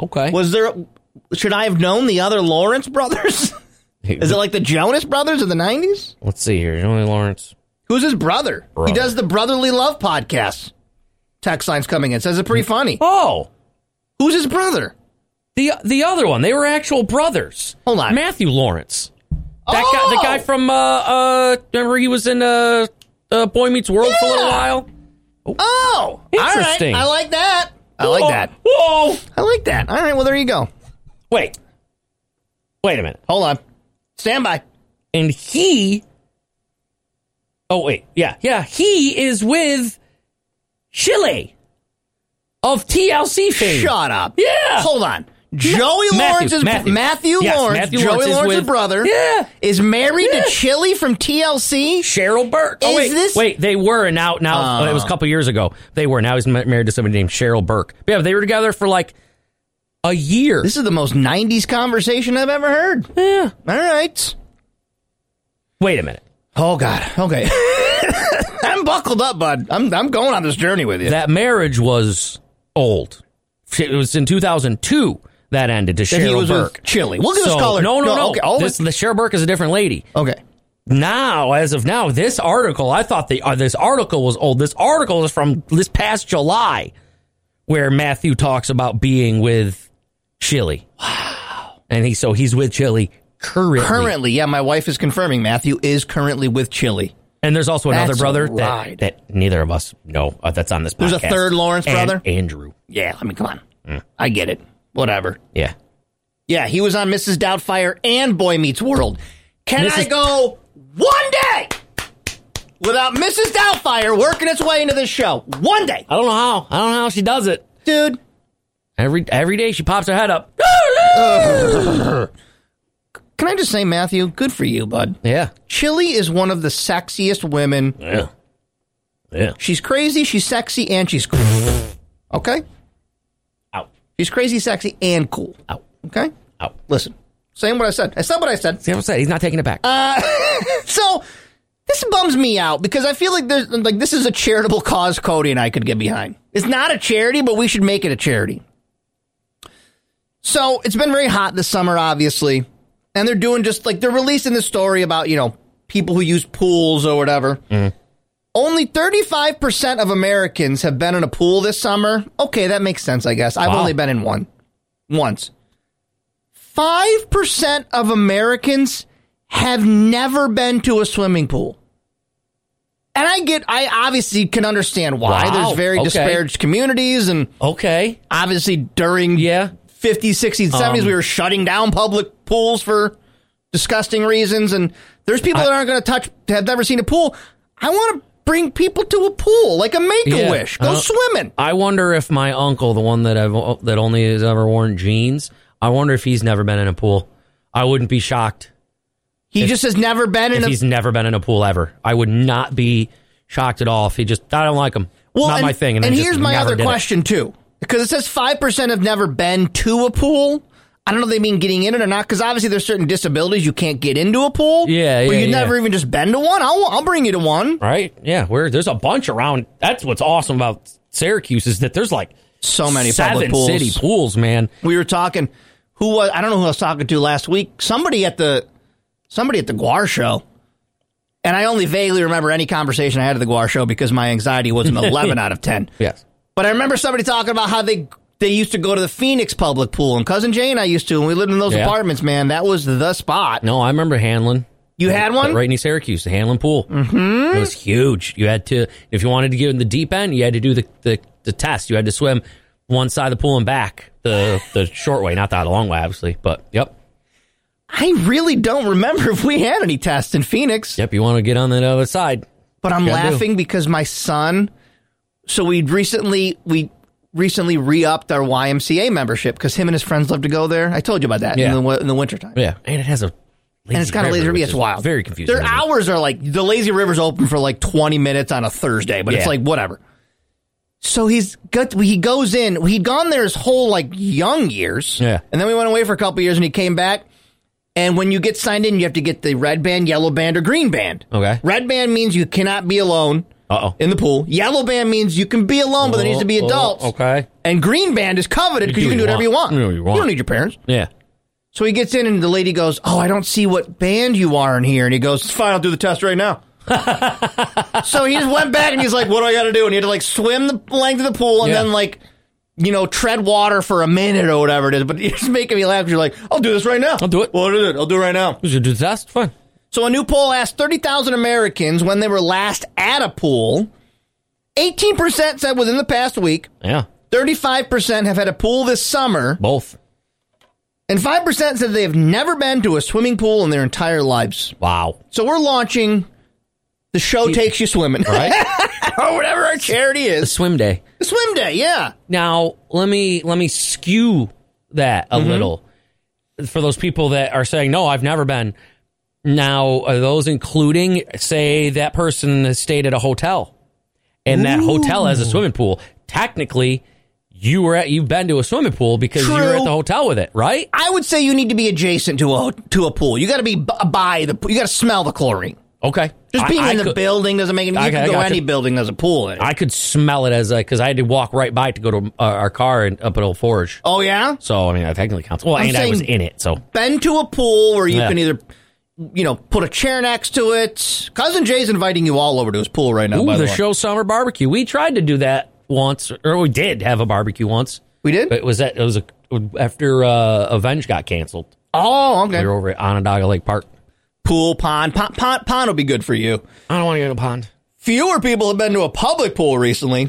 S7: Okay.
S1: was there. Should I have known the other Lawrence brothers? Is it like the Jonas brothers of the 90s?
S7: Let's see here. Joey Lawrence.
S1: Who's his brother?
S7: Brother.
S1: He does the Brotherly Love podcast. Text line's coming in. Says it's pretty funny.
S7: Oh,
S1: Who's his brother?
S7: the the other one. They were actual brothers.
S1: Hold on.
S7: Matthew Lawrence. That guy,
S1: Oh!
S7: the guy from uh uh, remember he was in uh, uh Boy Meets World for a little
S1: Yeah.
S7: while.
S1: Oh,
S7: Interesting.
S1: All right. I like that. I like
S7: Whoa,
S1: that.
S7: Whoa!
S1: I like that. All right. Well, there you go.
S7: Wait, wait a minute.
S1: Hold on. Stand by.
S7: And he. Oh wait, yeah, yeah. He is with Chile of TLC fame.
S1: Shut up.
S7: Yeah.
S1: Hold on. Joey
S7: Matthew,
S1: Lawrence is
S7: Matthew.
S1: Matthew
S7: Yes,
S1: Lawrence.
S7: Matthew
S1: Joey
S7: Lawrence is
S1: Lawrence's
S7: with-
S1: brother.
S7: Yeah.
S1: Is married
S7: Yeah.
S1: to Chili from TLC.
S7: Cheryl Burke.
S1: Is
S7: oh wait,
S1: this- Ah.
S7: wait, they were and now now oh, it was a couple years ago. They were now he's ma- married to somebody named Cheryl Burke. But yeah, they were together for like a year.
S1: This is the most '90s conversation I've ever heard. Yeah. All right.
S7: wait a minute.
S1: Oh God. Okay. I'm buckled up, bud. I'm I'm going on this journey with you.
S7: That marriage was old. It was in 2002 that ended to
S1: That
S7: Cheryl
S1: he was
S7: Burke.
S1: with Chili. We'll give
S7: so,
S1: this caller.
S7: No, no, no.
S1: Okay. Oh,
S7: this, the Cheryl Burke is a different lady.
S1: okay.
S7: Now, as of now, this article, I thought the uh, this article was old. This article is from this past July, where Matthew talks about being with Chili. Wow. And he so he's with Chili currently.
S1: Currently, yeah, my wife is confirming Matthew is currently with Chili.
S7: And there's also another
S1: That's
S7: brother
S1: right.
S7: that, that neither of us know uh, that's on this
S1: There's a
S7: podcast.
S1: third Lawrence
S7: And
S1: brother?
S7: Andrew.
S1: Yeah, I mean, come on. I get it. Whatever.
S7: Yeah.
S1: Yeah, he was on Mrs. Doubtfire and Boy Meets World. Can I
S7: Mrs.
S1: go one day without Mrs. Doubtfire working its way into this show? One day.
S7: I don't know how. I don't know how she does it.
S1: Dude,
S7: Every every day she pops her head up.
S1: can I just say, Matthew, good for you, bud.
S7: yeah.
S1: Chili is one of the sexiest women.
S7: Yeah. Yeah.
S1: She's crazy, she's sexy, and she's cool. Okay?
S7: Out.
S1: She's crazy, sexy, and cool.
S7: Out.
S1: Okay?
S7: Out.
S1: Listen, saying what I said. That's not what I said.
S7: See what I'm saying? He's not taking it back.
S1: So this bums me out because I feel like there's like this is a charitable cause Cody and I could get behind. It's not a charity, but we should make it a charity. So it's been very hot this summer, obviously, and they're doing just like they're releasing this story about you know people who use pools or whatever. Only 35% of Americans have been in a pool this summer. Okay, that makes sense, I guess. I've
S7: Wow.
S1: only been in one once. 5% of Americans have never been to a swimming pool. And I get, I obviously can understand why.
S7: Wow,
S1: There's very
S7: okay.
S1: disparaged communities, and
S7: okay.
S1: obviously during
S7: Yeah.
S1: 50s, 60s, 70s,
S7: Um,
S1: we were shutting down public pools for disgusting reasons. And there's people that aren't going to touch, have never seen a pool. I want to bring people to a pool, like a make a wish.
S7: Yeah.
S1: Go
S7: Uh,
S1: swimming.
S7: I wonder if my uncle, the one that I've that only has ever worn jeans, I wonder if he's never been in a pool. I wouldn't be shocked
S1: He just has never been in
S7: if
S1: a
S7: he's never been in a pool ever. I would not be shocked at all if he just I don't like him. not my thing. And, then just
S1: here's my
S7: never
S1: other
S7: did it.
S1: question too, because it says five percent have never been to a pool. I don't know if they mean getting in it or not, because obviously there's certain disabilities you can't get into a pool.
S7: Yeah,
S1: But
S7: yeah,
S1: you've
S7: yeah.
S1: never even just been to one. I'll, I'll bring you to one.
S7: Right? Yeah. Where there's a bunch around. That's what's awesome about Syracuse is that there's like
S1: So many
S7: seven
S1: public pools.
S7: city pools, man.
S1: We were talking. Who was? I don't know who I was talking to last week. Somebody at the somebody at the Guar show. And I only vaguely remember any conversation I had at the Guar show because my anxiety was an 11 out of 10.
S7: Yes.
S1: But I remember somebody talking about how they they used to go to the Phoenix public pool, and cousin Jane and I used to, and we lived in those
S7: Yeah.
S1: apartments. Man, that was the spot.
S7: No, I remember Hanlon.
S1: You had one.
S7: Right near Syracuse, the Hanlon Pool. Mm-hmm. It was huge. You had to, if you wanted to get in the deep end, you had to do the, the, the test. You had to swim one side of the pool and back the the short way, not the long way, obviously. But yep,
S1: I really don't remember if we had any tests in Phoenix.
S7: yep. You want to get on the other side,
S1: but I'm
S7: Gotta do.
S1: laughing because my son. So we recently we recently re upped our YMCA membership because him and his friends love to go there. I told you about that
S7: Yeah.
S1: in the wi- in the wintertime.
S7: Yeah, and it has a.
S1: And it's kind of lazy river.
S7: which
S1: It's
S7: is
S1: wild.
S7: Very confusing.
S1: Their hours are like the lazy river's open for like twenty minutes on a Thursday, but it's
S7: Yeah.
S1: like whatever. So he's got he goes in. He'd gone there his whole like young years.
S7: Yeah.
S1: And then we went away for a couple years, and he came back. And when you get signed in, you have to get the red band, yellow band, or green band.
S7: Okay.
S1: Red band means you cannot be alone
S7: Uh oh.
S1: in the pool. Yellow band means you can be alone, but there needs to be
S7: Oh, oh,
S1: adults.
S7: okay.
S1: And green band is coveted because you, can do whatever you want.
S7: You do what you want.
S1: don't need your parents.
S7: Yeah.
S1: So he gets in, and the lady goes, "Oh, I don't see what band you are in here." And he goes, "It's "Fine, I'll do the test right now." so he just went back, and he's like, "What do I got to do?" And he had to like swim the length of the pool, and
S7: Yeah.
S1: then like, you know, tread water for a minute or whatever it is. But it's making me laugh. 'cause You're like, "I'll do this right now.
S7: I'll do it.
S1: What is it? I'll do it right now."
S7: Was it disaster? Fine.
S1: So a new poll asked 30,000 Americans when they were last at a pool. 18% said within the past week.
S7: Yeah.
S1: 35% have had a pool this summer.
S7: Both.
S1: And 5% said they have never been to a swimming pool in their entire lives.
S7: Wow.
S1: So we're launching The Show Takes You Swimming.
S7: Right.
S1: or whatever our charity
S7: the
S1: is.
S7: swim day.
S1: The swim day, yeah.
S7: Now let me let me skew that
S1: Mm-hmm.
S7: a little for those people that are saying no, I've never been. Now are those including say that person has stayed at a hotel, and that hotel has a swimming pool. Technically, you were at you've been to a swimming pool because you were
S1: True.
S7: at the hotel with it, right?
S1: I would say you need to be adjacent to a to a pool. You got to be b- by the pool. You got to smell the chlorine.
S7: Okay,
S1: Just
S7: I-
S1: being
S7: I
S1: in the
S7: could-
S1: building doesn't make any. You
S7: I-
S1: can
S7: I
S1: go
S7: gotcha.
S1: any building as a pool. In it.
S7: I could smell it as I because I had to walk right by it to go to uh, our car and up at Old Forge.
S1: oh yeah.
S7: So I mean, I technically counts. Well,
S1: I'm
S7: and I was
S1: saying-
S7: in it, so
S1: been to a pool where you
S7: Yeah.
S1: can either, you know, put a chair next to it. Cousin Jay's inviting you all over to his pool right now.
S7: Ooh,
S1: by the,
S7: the
S1: way.
S7: show summer barbecue. We tried to do that once, or we did have a barbecue once.
S1: we did.
S7: But it was that it was a, after uh, Avenge got canceled.
S1: oh, okay.
S7: We were over at Onondaga Lake Park.
S1: Pool, pond, pond, pond, pond will be good for you.
S7: I don't want to go to a pond.
S1: Fewer people have been to a public pool recently,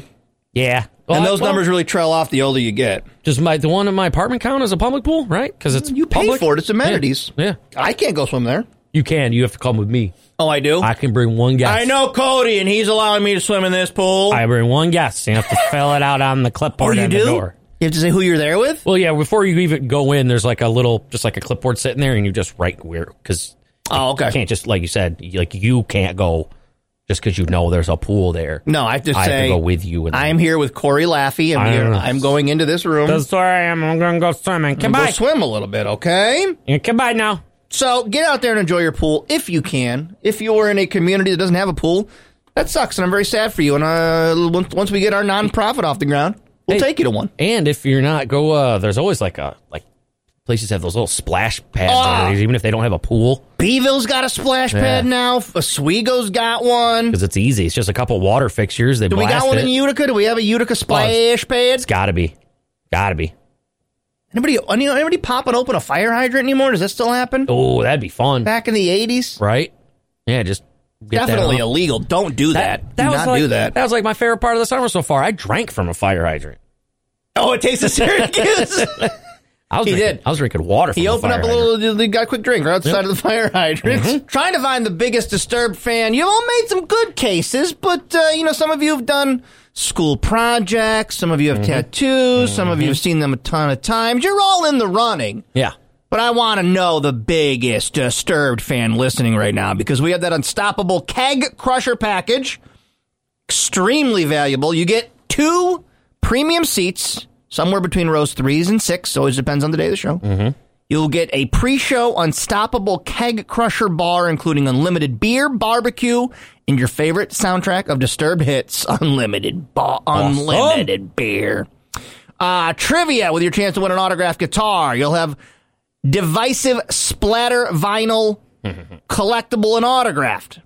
S7: Yeah,
S1: and
S7: Well,
S1: those
S7: well,
S1: numbers really trail off the older you get.
S7: Does my the one in my apartment count as a public pool? Right? Because it's
S1: Mm, You pay
S7: public.
S1: for it; it's amenities.
S7: Yeah.
S1: I can't go swim there.
S7: you can. You have to come with me.
S1: Oh, I do.
S7: I can bring one guest.
S1: I know Cody, and he's allowing me to swim in this pool.
S7: I bring one guest. You have to fill it out on the
S1: oh,
S7: clipboard
S1: you
S7: at
S1: do.
S7: the door.
S1: You have to say who you're there with.
S7: Well, yeah. Before you even go in, there's like a little, just like a clipboard sitting there, and you just write where because
S1: Oh, okay.
S7: I can't just like you said, you- like you can't go just because you know there's a pool there.
S1: No, I have to
S7: I have
S1: say
S7: to go with you. And
S1: I'm here with Corey Laffey, and
S7: I
S1: we
S7: don't
S1: are,
S7: know.
S1: I'm going into this room.
S7: That's where I am. I'm gonna go swimming.
S1: Go
S7: Goodbye.
S1: swim a little bit, okay?
S7: Yeah, Goodbye now.
S1: So get out there and enjoy your pool if you can. If you're in a community that doesn't have a pool, that sucks, and I'm very sad for you. And uh, once, once we get our nonprofit off the ground, we'll
S7: Hey.
S1: take you to one.
S7: And if you're not go, uh, there's always like a like places have those little splash pads,
S1: Ah.
S7: nowadays, even if they don't have a pool,
S1: Beeville's got a splash pad
S7: Yeah.
S1: now. Oswego's got one.
S7: because it's easy. It's just a couple water fixtures. They
S1: Do we
S7: blast
S1: got one
S7: it.
S1: in Utica? Do we have a Utica splash pad?
S7: it's gotta be, gotta be.
S1: Anybody, any- anybody popping open a fire hydrant anymore? Does that still happen?
S7: Oh, that'd be fun,
S1: Back in the 80s?
S7: right? Yeah, just get that
S1: Definitely
S7: on.
S1: illegal. Don't do that.
S7: That,
S1: do
S7: was
S1: not
S7: like,
S1: do that.
S7: That was like my favorite part of the summer so far. I drank from a fire hydrant.
S1: Oh, it takes a Syracuse.
S7: I was
S1: He
S7: drinking,
S1: did.
S7: I was drinking water. From
S1: He
S7: a
S1: opened
S7: fire
S1: up a
S7: hydrant. Mm-hmm.
S1: little, he got a quick drink right outside of the fire hydrant. Trying to find the biggest disturbed fan. You all made some good cases, but, uh, you know, some of you have done school projects, some of you have
S7: Mm-hmm.
S1: tattoos, some of you have seen them a ton of times. You're all in the running.
S7: Yeah.
S1: But I want to know the biggest disturbed fan listening right now because we have that unstoppable keg crusher package. Extremely valuable. You get two premium seats, somewhere between rows threes and six. Always depends on the day of the show. Mm-hmm. You'll get a pre show unstoppable keg crusher bar, including unlimited beer, barbecue, and your favorite soundtrack of disturbed hits, unlimited, ba- unlimited beer. Uh, trivia with your chance to win an autographed guitar. You'll have divisive splatter vinyl collectible and autographed.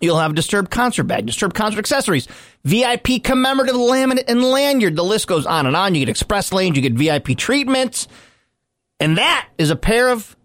S1: You'll have disturbed concert bag, disturbed concert accessories, VIP commemorative laminate and lanyard. The list goes on and on. You get express lanes, you get VIP treatments. And that is a pair of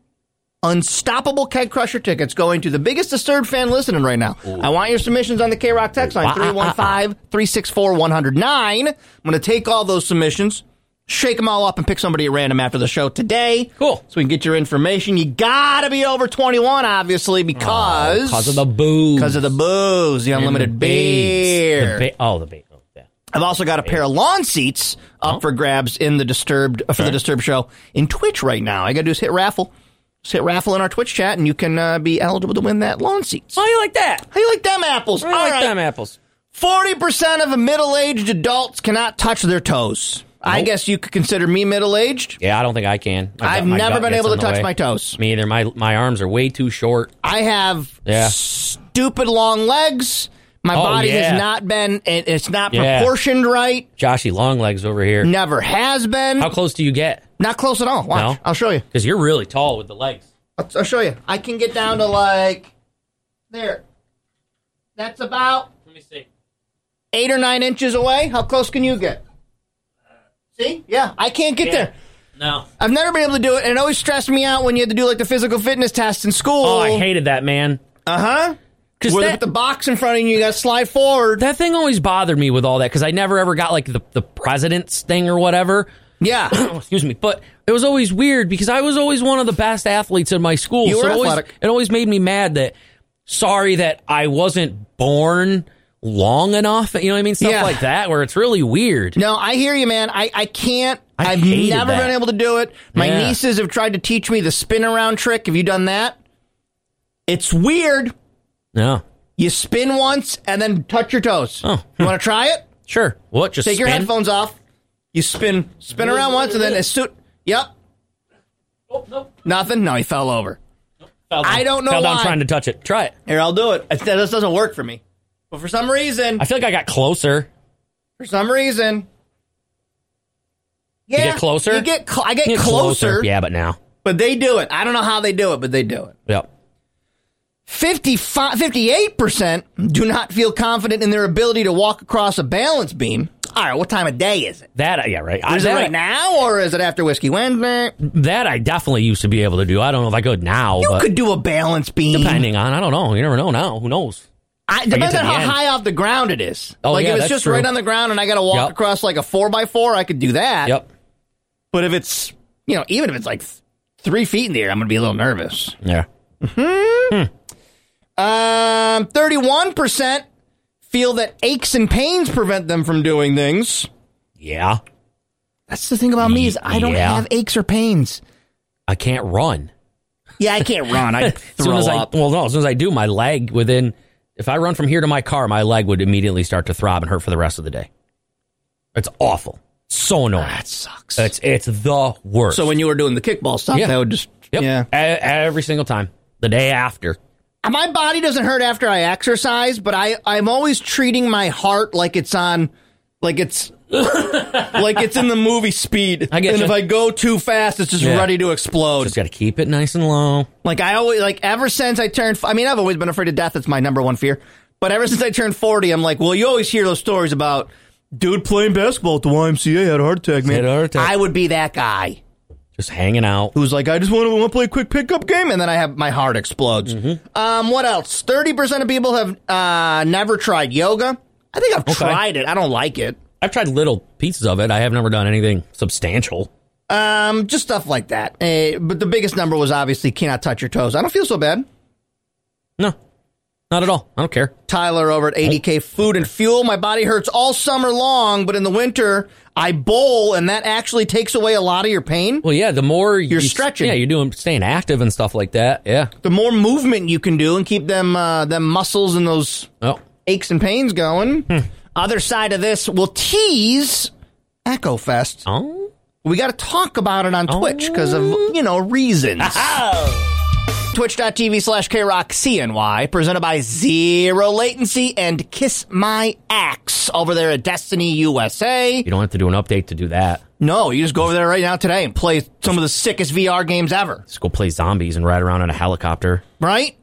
S1: unstoppable keg crusher tickets going to the biggest disturbed fan listening right now. I want your submissions on the K Rock text line
S7: Ooh. Ah, ah, ah, ah.
S1: 315 364 109. I'm going to take all those submissions shake them all up and pick somebody at random after the show today.
S7: Cool.
S1: So we can get your information. You gotta be over 21, obviously, because
S7: Because of the booze.
S1: because of the booze, the
S7: And the
S1: unlimited
S7: beads.
S1: beer.
S7: The ba- oh, the beer. Oh, yeah.
S1: I've also got a pair of lawn seats
S7: Oh.
S1: up for grabs in the disturbed uh, for the disturbed show in Twitch right now. All you got to do is hit raffle, just hit raffle in our Twitch chat, and you can uh, be eligible to win that lawn seats.
S7: Oh, you like that?
S1: How you like them apples?
S7: I like them apples.
S1: Forty percent of middle-aged adults cannot touch their toes. I guess you could consider me middle-aged.
S7: Yeah, I don't think I can. I've got-
S1: I've
S7: my
S1: never
S7: gut
S1: been
S7: gets
S1: able
S7: in
S1: to
S7: the
S1: touch
S7: way.
S1: my toes.
S7: Me either. My my arms are way too short.
S1: I have
S7: Yeah.
S1: stupid long legs. My
S7: Oh,
S1: body
S7: yeah.
S1: has not been. it- It's not
S7: Yeah.
S1: proportioned right.
S7: Joshy Longlegs over here.
S1: Never has been.
S7: How close do you get?
S1: Not close at all. Watch.
S7: No?
S1: I'll show you.
S7: Because you're really tall with the legs.
S1: I'll, I'll show you. I can get down to like there. That's about
S7: Let me see.
S1: eight or nine inches away. How close can you get? See? Yeah, I can't get there.
S7: No.
S1: I've never been able to do it, and it always stressed me out when you had to do like the physical fitness test in school.
S7: Oh, I hated that man.
S1: Uh huh.
S7: Because
S1: Where they
S7: that,
S1: put the box in front of you, you got to slide forward.
S7: that thing always bothered me with all that. Because I never ever got like the the president's thing or whatever.
S1: yeah.
S7: excuse me, but it was always weird because I was always one of the best athletes in my school.
S1: You
S7: so
S1: were
S7: it always,
S1: athletic.
S7: it always made me mad that sorry that I wasn't born long enough. You know what I mean? Stuff
S1: Yeah.
S7: like that where it's really weird.
S1: No, I hear you, man. I, I can't.
S7: I
S1: have
S7: hated
S1: never
S7: that.
S1: been able to do it. My
S7: Yeah.
S1: nieces have tried to teach me the spin around trick. Have you done that? It's weird.
S7: No.
S1: You spin once and then touch your toes.
S7: Oh.
S1: You want to try it?
S7: Sure. What? Just
S1: Take your
S7: spin?
S1: headphones off. You spin spin around once and then as soon Yep. Nothing? No, he fell over.
S7: Fell down-
S1: I don't know
S7: Fell down
S1: why.
S7: trying to touch it. Try it.
S1: Here, I'll do it. It's- This doesn't work for me. But for some reason,
S7: I feel like I got closer.
S1: for some reason. Yeah,
S7: get closer?
S1: You get cl- I get,
S7: Yeah,
S1: closer.
S7: Yeah, but now.
S1: But they do it. I don't know how they do it, but they do it.
S7: Yep.
S1: 55, 58% do not feel confident in their ability to walk across a balance beam. All right, what time of day is it?
S7: That yeah right. I,
S1: Is
S7: that,
S1: it right now or is it after Whiskey Wednesday?
S7: that I definitely used to be able to do. I don't know if I could now,
S1: You
S7: but
S1: could do a balance beam.
S7: depending on I don't know. You never know now. Who knows?
S1: I, depends
S7: to
S1: on
S7: the
S1: how
S7: end.
S1: high off the ground it is.
S7: Oh,
S1: like
S7: yeah,
S1: if it's
S7: that's
S1: just
S7: true.
S1: right on the ground and I got to walk
S7: Yep.
S1: across like a 4x4, I could do that.
S7: Yep.
S1: But if it's, you know, even if it's like th- three feet in the air, I'm going to be a little nervous.
S7: Yeah.
S1: Um, 31% feel that aches and pains prevent them from doing things.
S7: Yeah.
S1: That's the thing about me is I don't
S7: Yeah.
S1: have aches or pains.
S7: I can't run.
S1: Yeah, I can't run. I
S7: As soon
S1: throw
S7: as
S1: up.
S7: I well, no, as soon as I do, my leg within if I run from here to my car, my leg would immediately start to throb and hurt for the rest of the day. It's awful. So annoying.
S1: that sucks.
S7: It's it's the worst.
S1: so when you were doing the kickball stuff,
S7: Yeah.
S1: that would just
S7: yep.
S1: yeah.
S7: E- every single time. The day after.
S1: My body doesn't hurt after I exercise, but I I'm always treating my heart like it's on, like it's like it's in the movie Speed.
S7: I get
S1: and
S7: you.
S1: if I go too fast, it's just
S7: Yeah.
S1: ready to explode.
S7: Just gotta keep it nice and low.
S1: Like I always like ever since I turned. I mean, I've always been afraid of death. It's my number one fear. But ever since I turned forty, I'm like, well, you always hear those stories about dude playing basketball at the YMCA had a heart attack. Man,
S7: Had a heart attack.
S1: I would be that guy
S7: Just hanging out.
S1: who's like, I just want to, want to play a quick pickup game, and then I have my heart explodes.
S7: Mm-hmm.
S1: Um, what else? Thirty percent of people have uh never tried yoga. I think I've tried it. I don't like it.
S7: I've tried little pieces of it. I have never done anything substantial.
S1: Um, just stuff like that. Uh, but the biggest number was obviously cannot touch your toes. I don't feel so bad.
S7: No. Not at all. I don't care.
S1: Tyler over at ADK Food and Fuel. My body hurts all summer long, but in the winter I bowl, and that actually takes away a lot of your pain.
S7: Well, yeah, the more you're
S1: stretching.
S7: Yeah, you're doing staying active and stuff like that. Yeah.
S1: The more movement you can do and keep them uh, them muscles and those
S7: Oh.
S1: aches and pains going. Other side of this, we'll tease Echo Fest.
S7: Oh.
S1: We got to talk about it on Twitch because of you know reasons. Twitch.tv slash KRockCNY, presented by Zero Latency and Kiss My Axe over there at Destiny USA.
S7: You don't have to do an update to do that.
S1: No, you just go over there right now today and play some of the sickest VR games ever,
S7: Just go play zombies and ride around in a helicopter.
S1: right?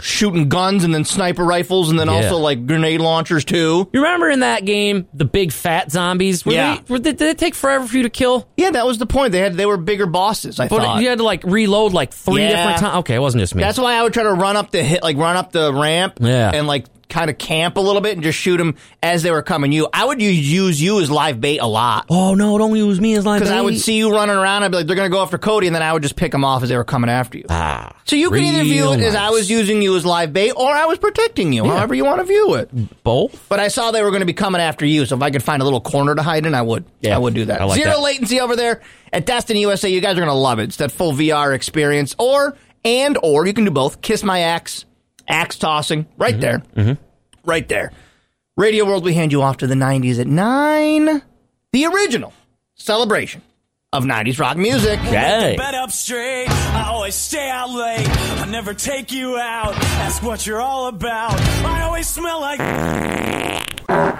S1: Shooting guns and then sniper rifles and then
S7: Yeah.
S1: also like grenade launchers too.
S7: You remember in that game, the big fat zombies? Were
S1: Yeah.
S7: They, were they, did it take forever for you to kill?
S1: Yeah, that was the point. They had they were bigger bosses. I
S7: But
S1: thought
S7: you had to like reload like three
S1: Yeah.
S7: different times. Okay, it wasn't just me.
S1: that's why I would try to run up the hit, like run up the ramp,
S7: Yeah.
S1: and like kind of camp a little bit and just shoot them as they were coming you. I would u- use you as live bait a lot
S7: Oh no, don't use me as live
S1: because I would
S7: bait.
S1: see you running around. I'd be like, they're going to go after Cody, and then I would just pick them off as they were coming after you.
S7: Ah,
S1: So you can either view
S7: real
S1: it as I
S7: nice.
S1: was using you as live bait, or I was protecting you, however you want to view it.
S7: both.
S1: But I saw they were going to be coming after you, so if I could find a little corner to hide in, I would.
S7: Yeah,
S1: I would do that.
S7: I like
S1: Zero
S7: that.
S1: latency over there at Destin USA. You guys are going to love it. It's that full VR experience, or and or you can do both. Kiss my axe, axe tossing,
S7: Mm-hmm.
S1: right there, right there. Radio World, we hand you off to the '90s at nine. The original celebration of '90s rock music.
S7: Okay.
S6: Bed up straight, I always stay out late. I never take you out, ask what you're all about. I always smell like.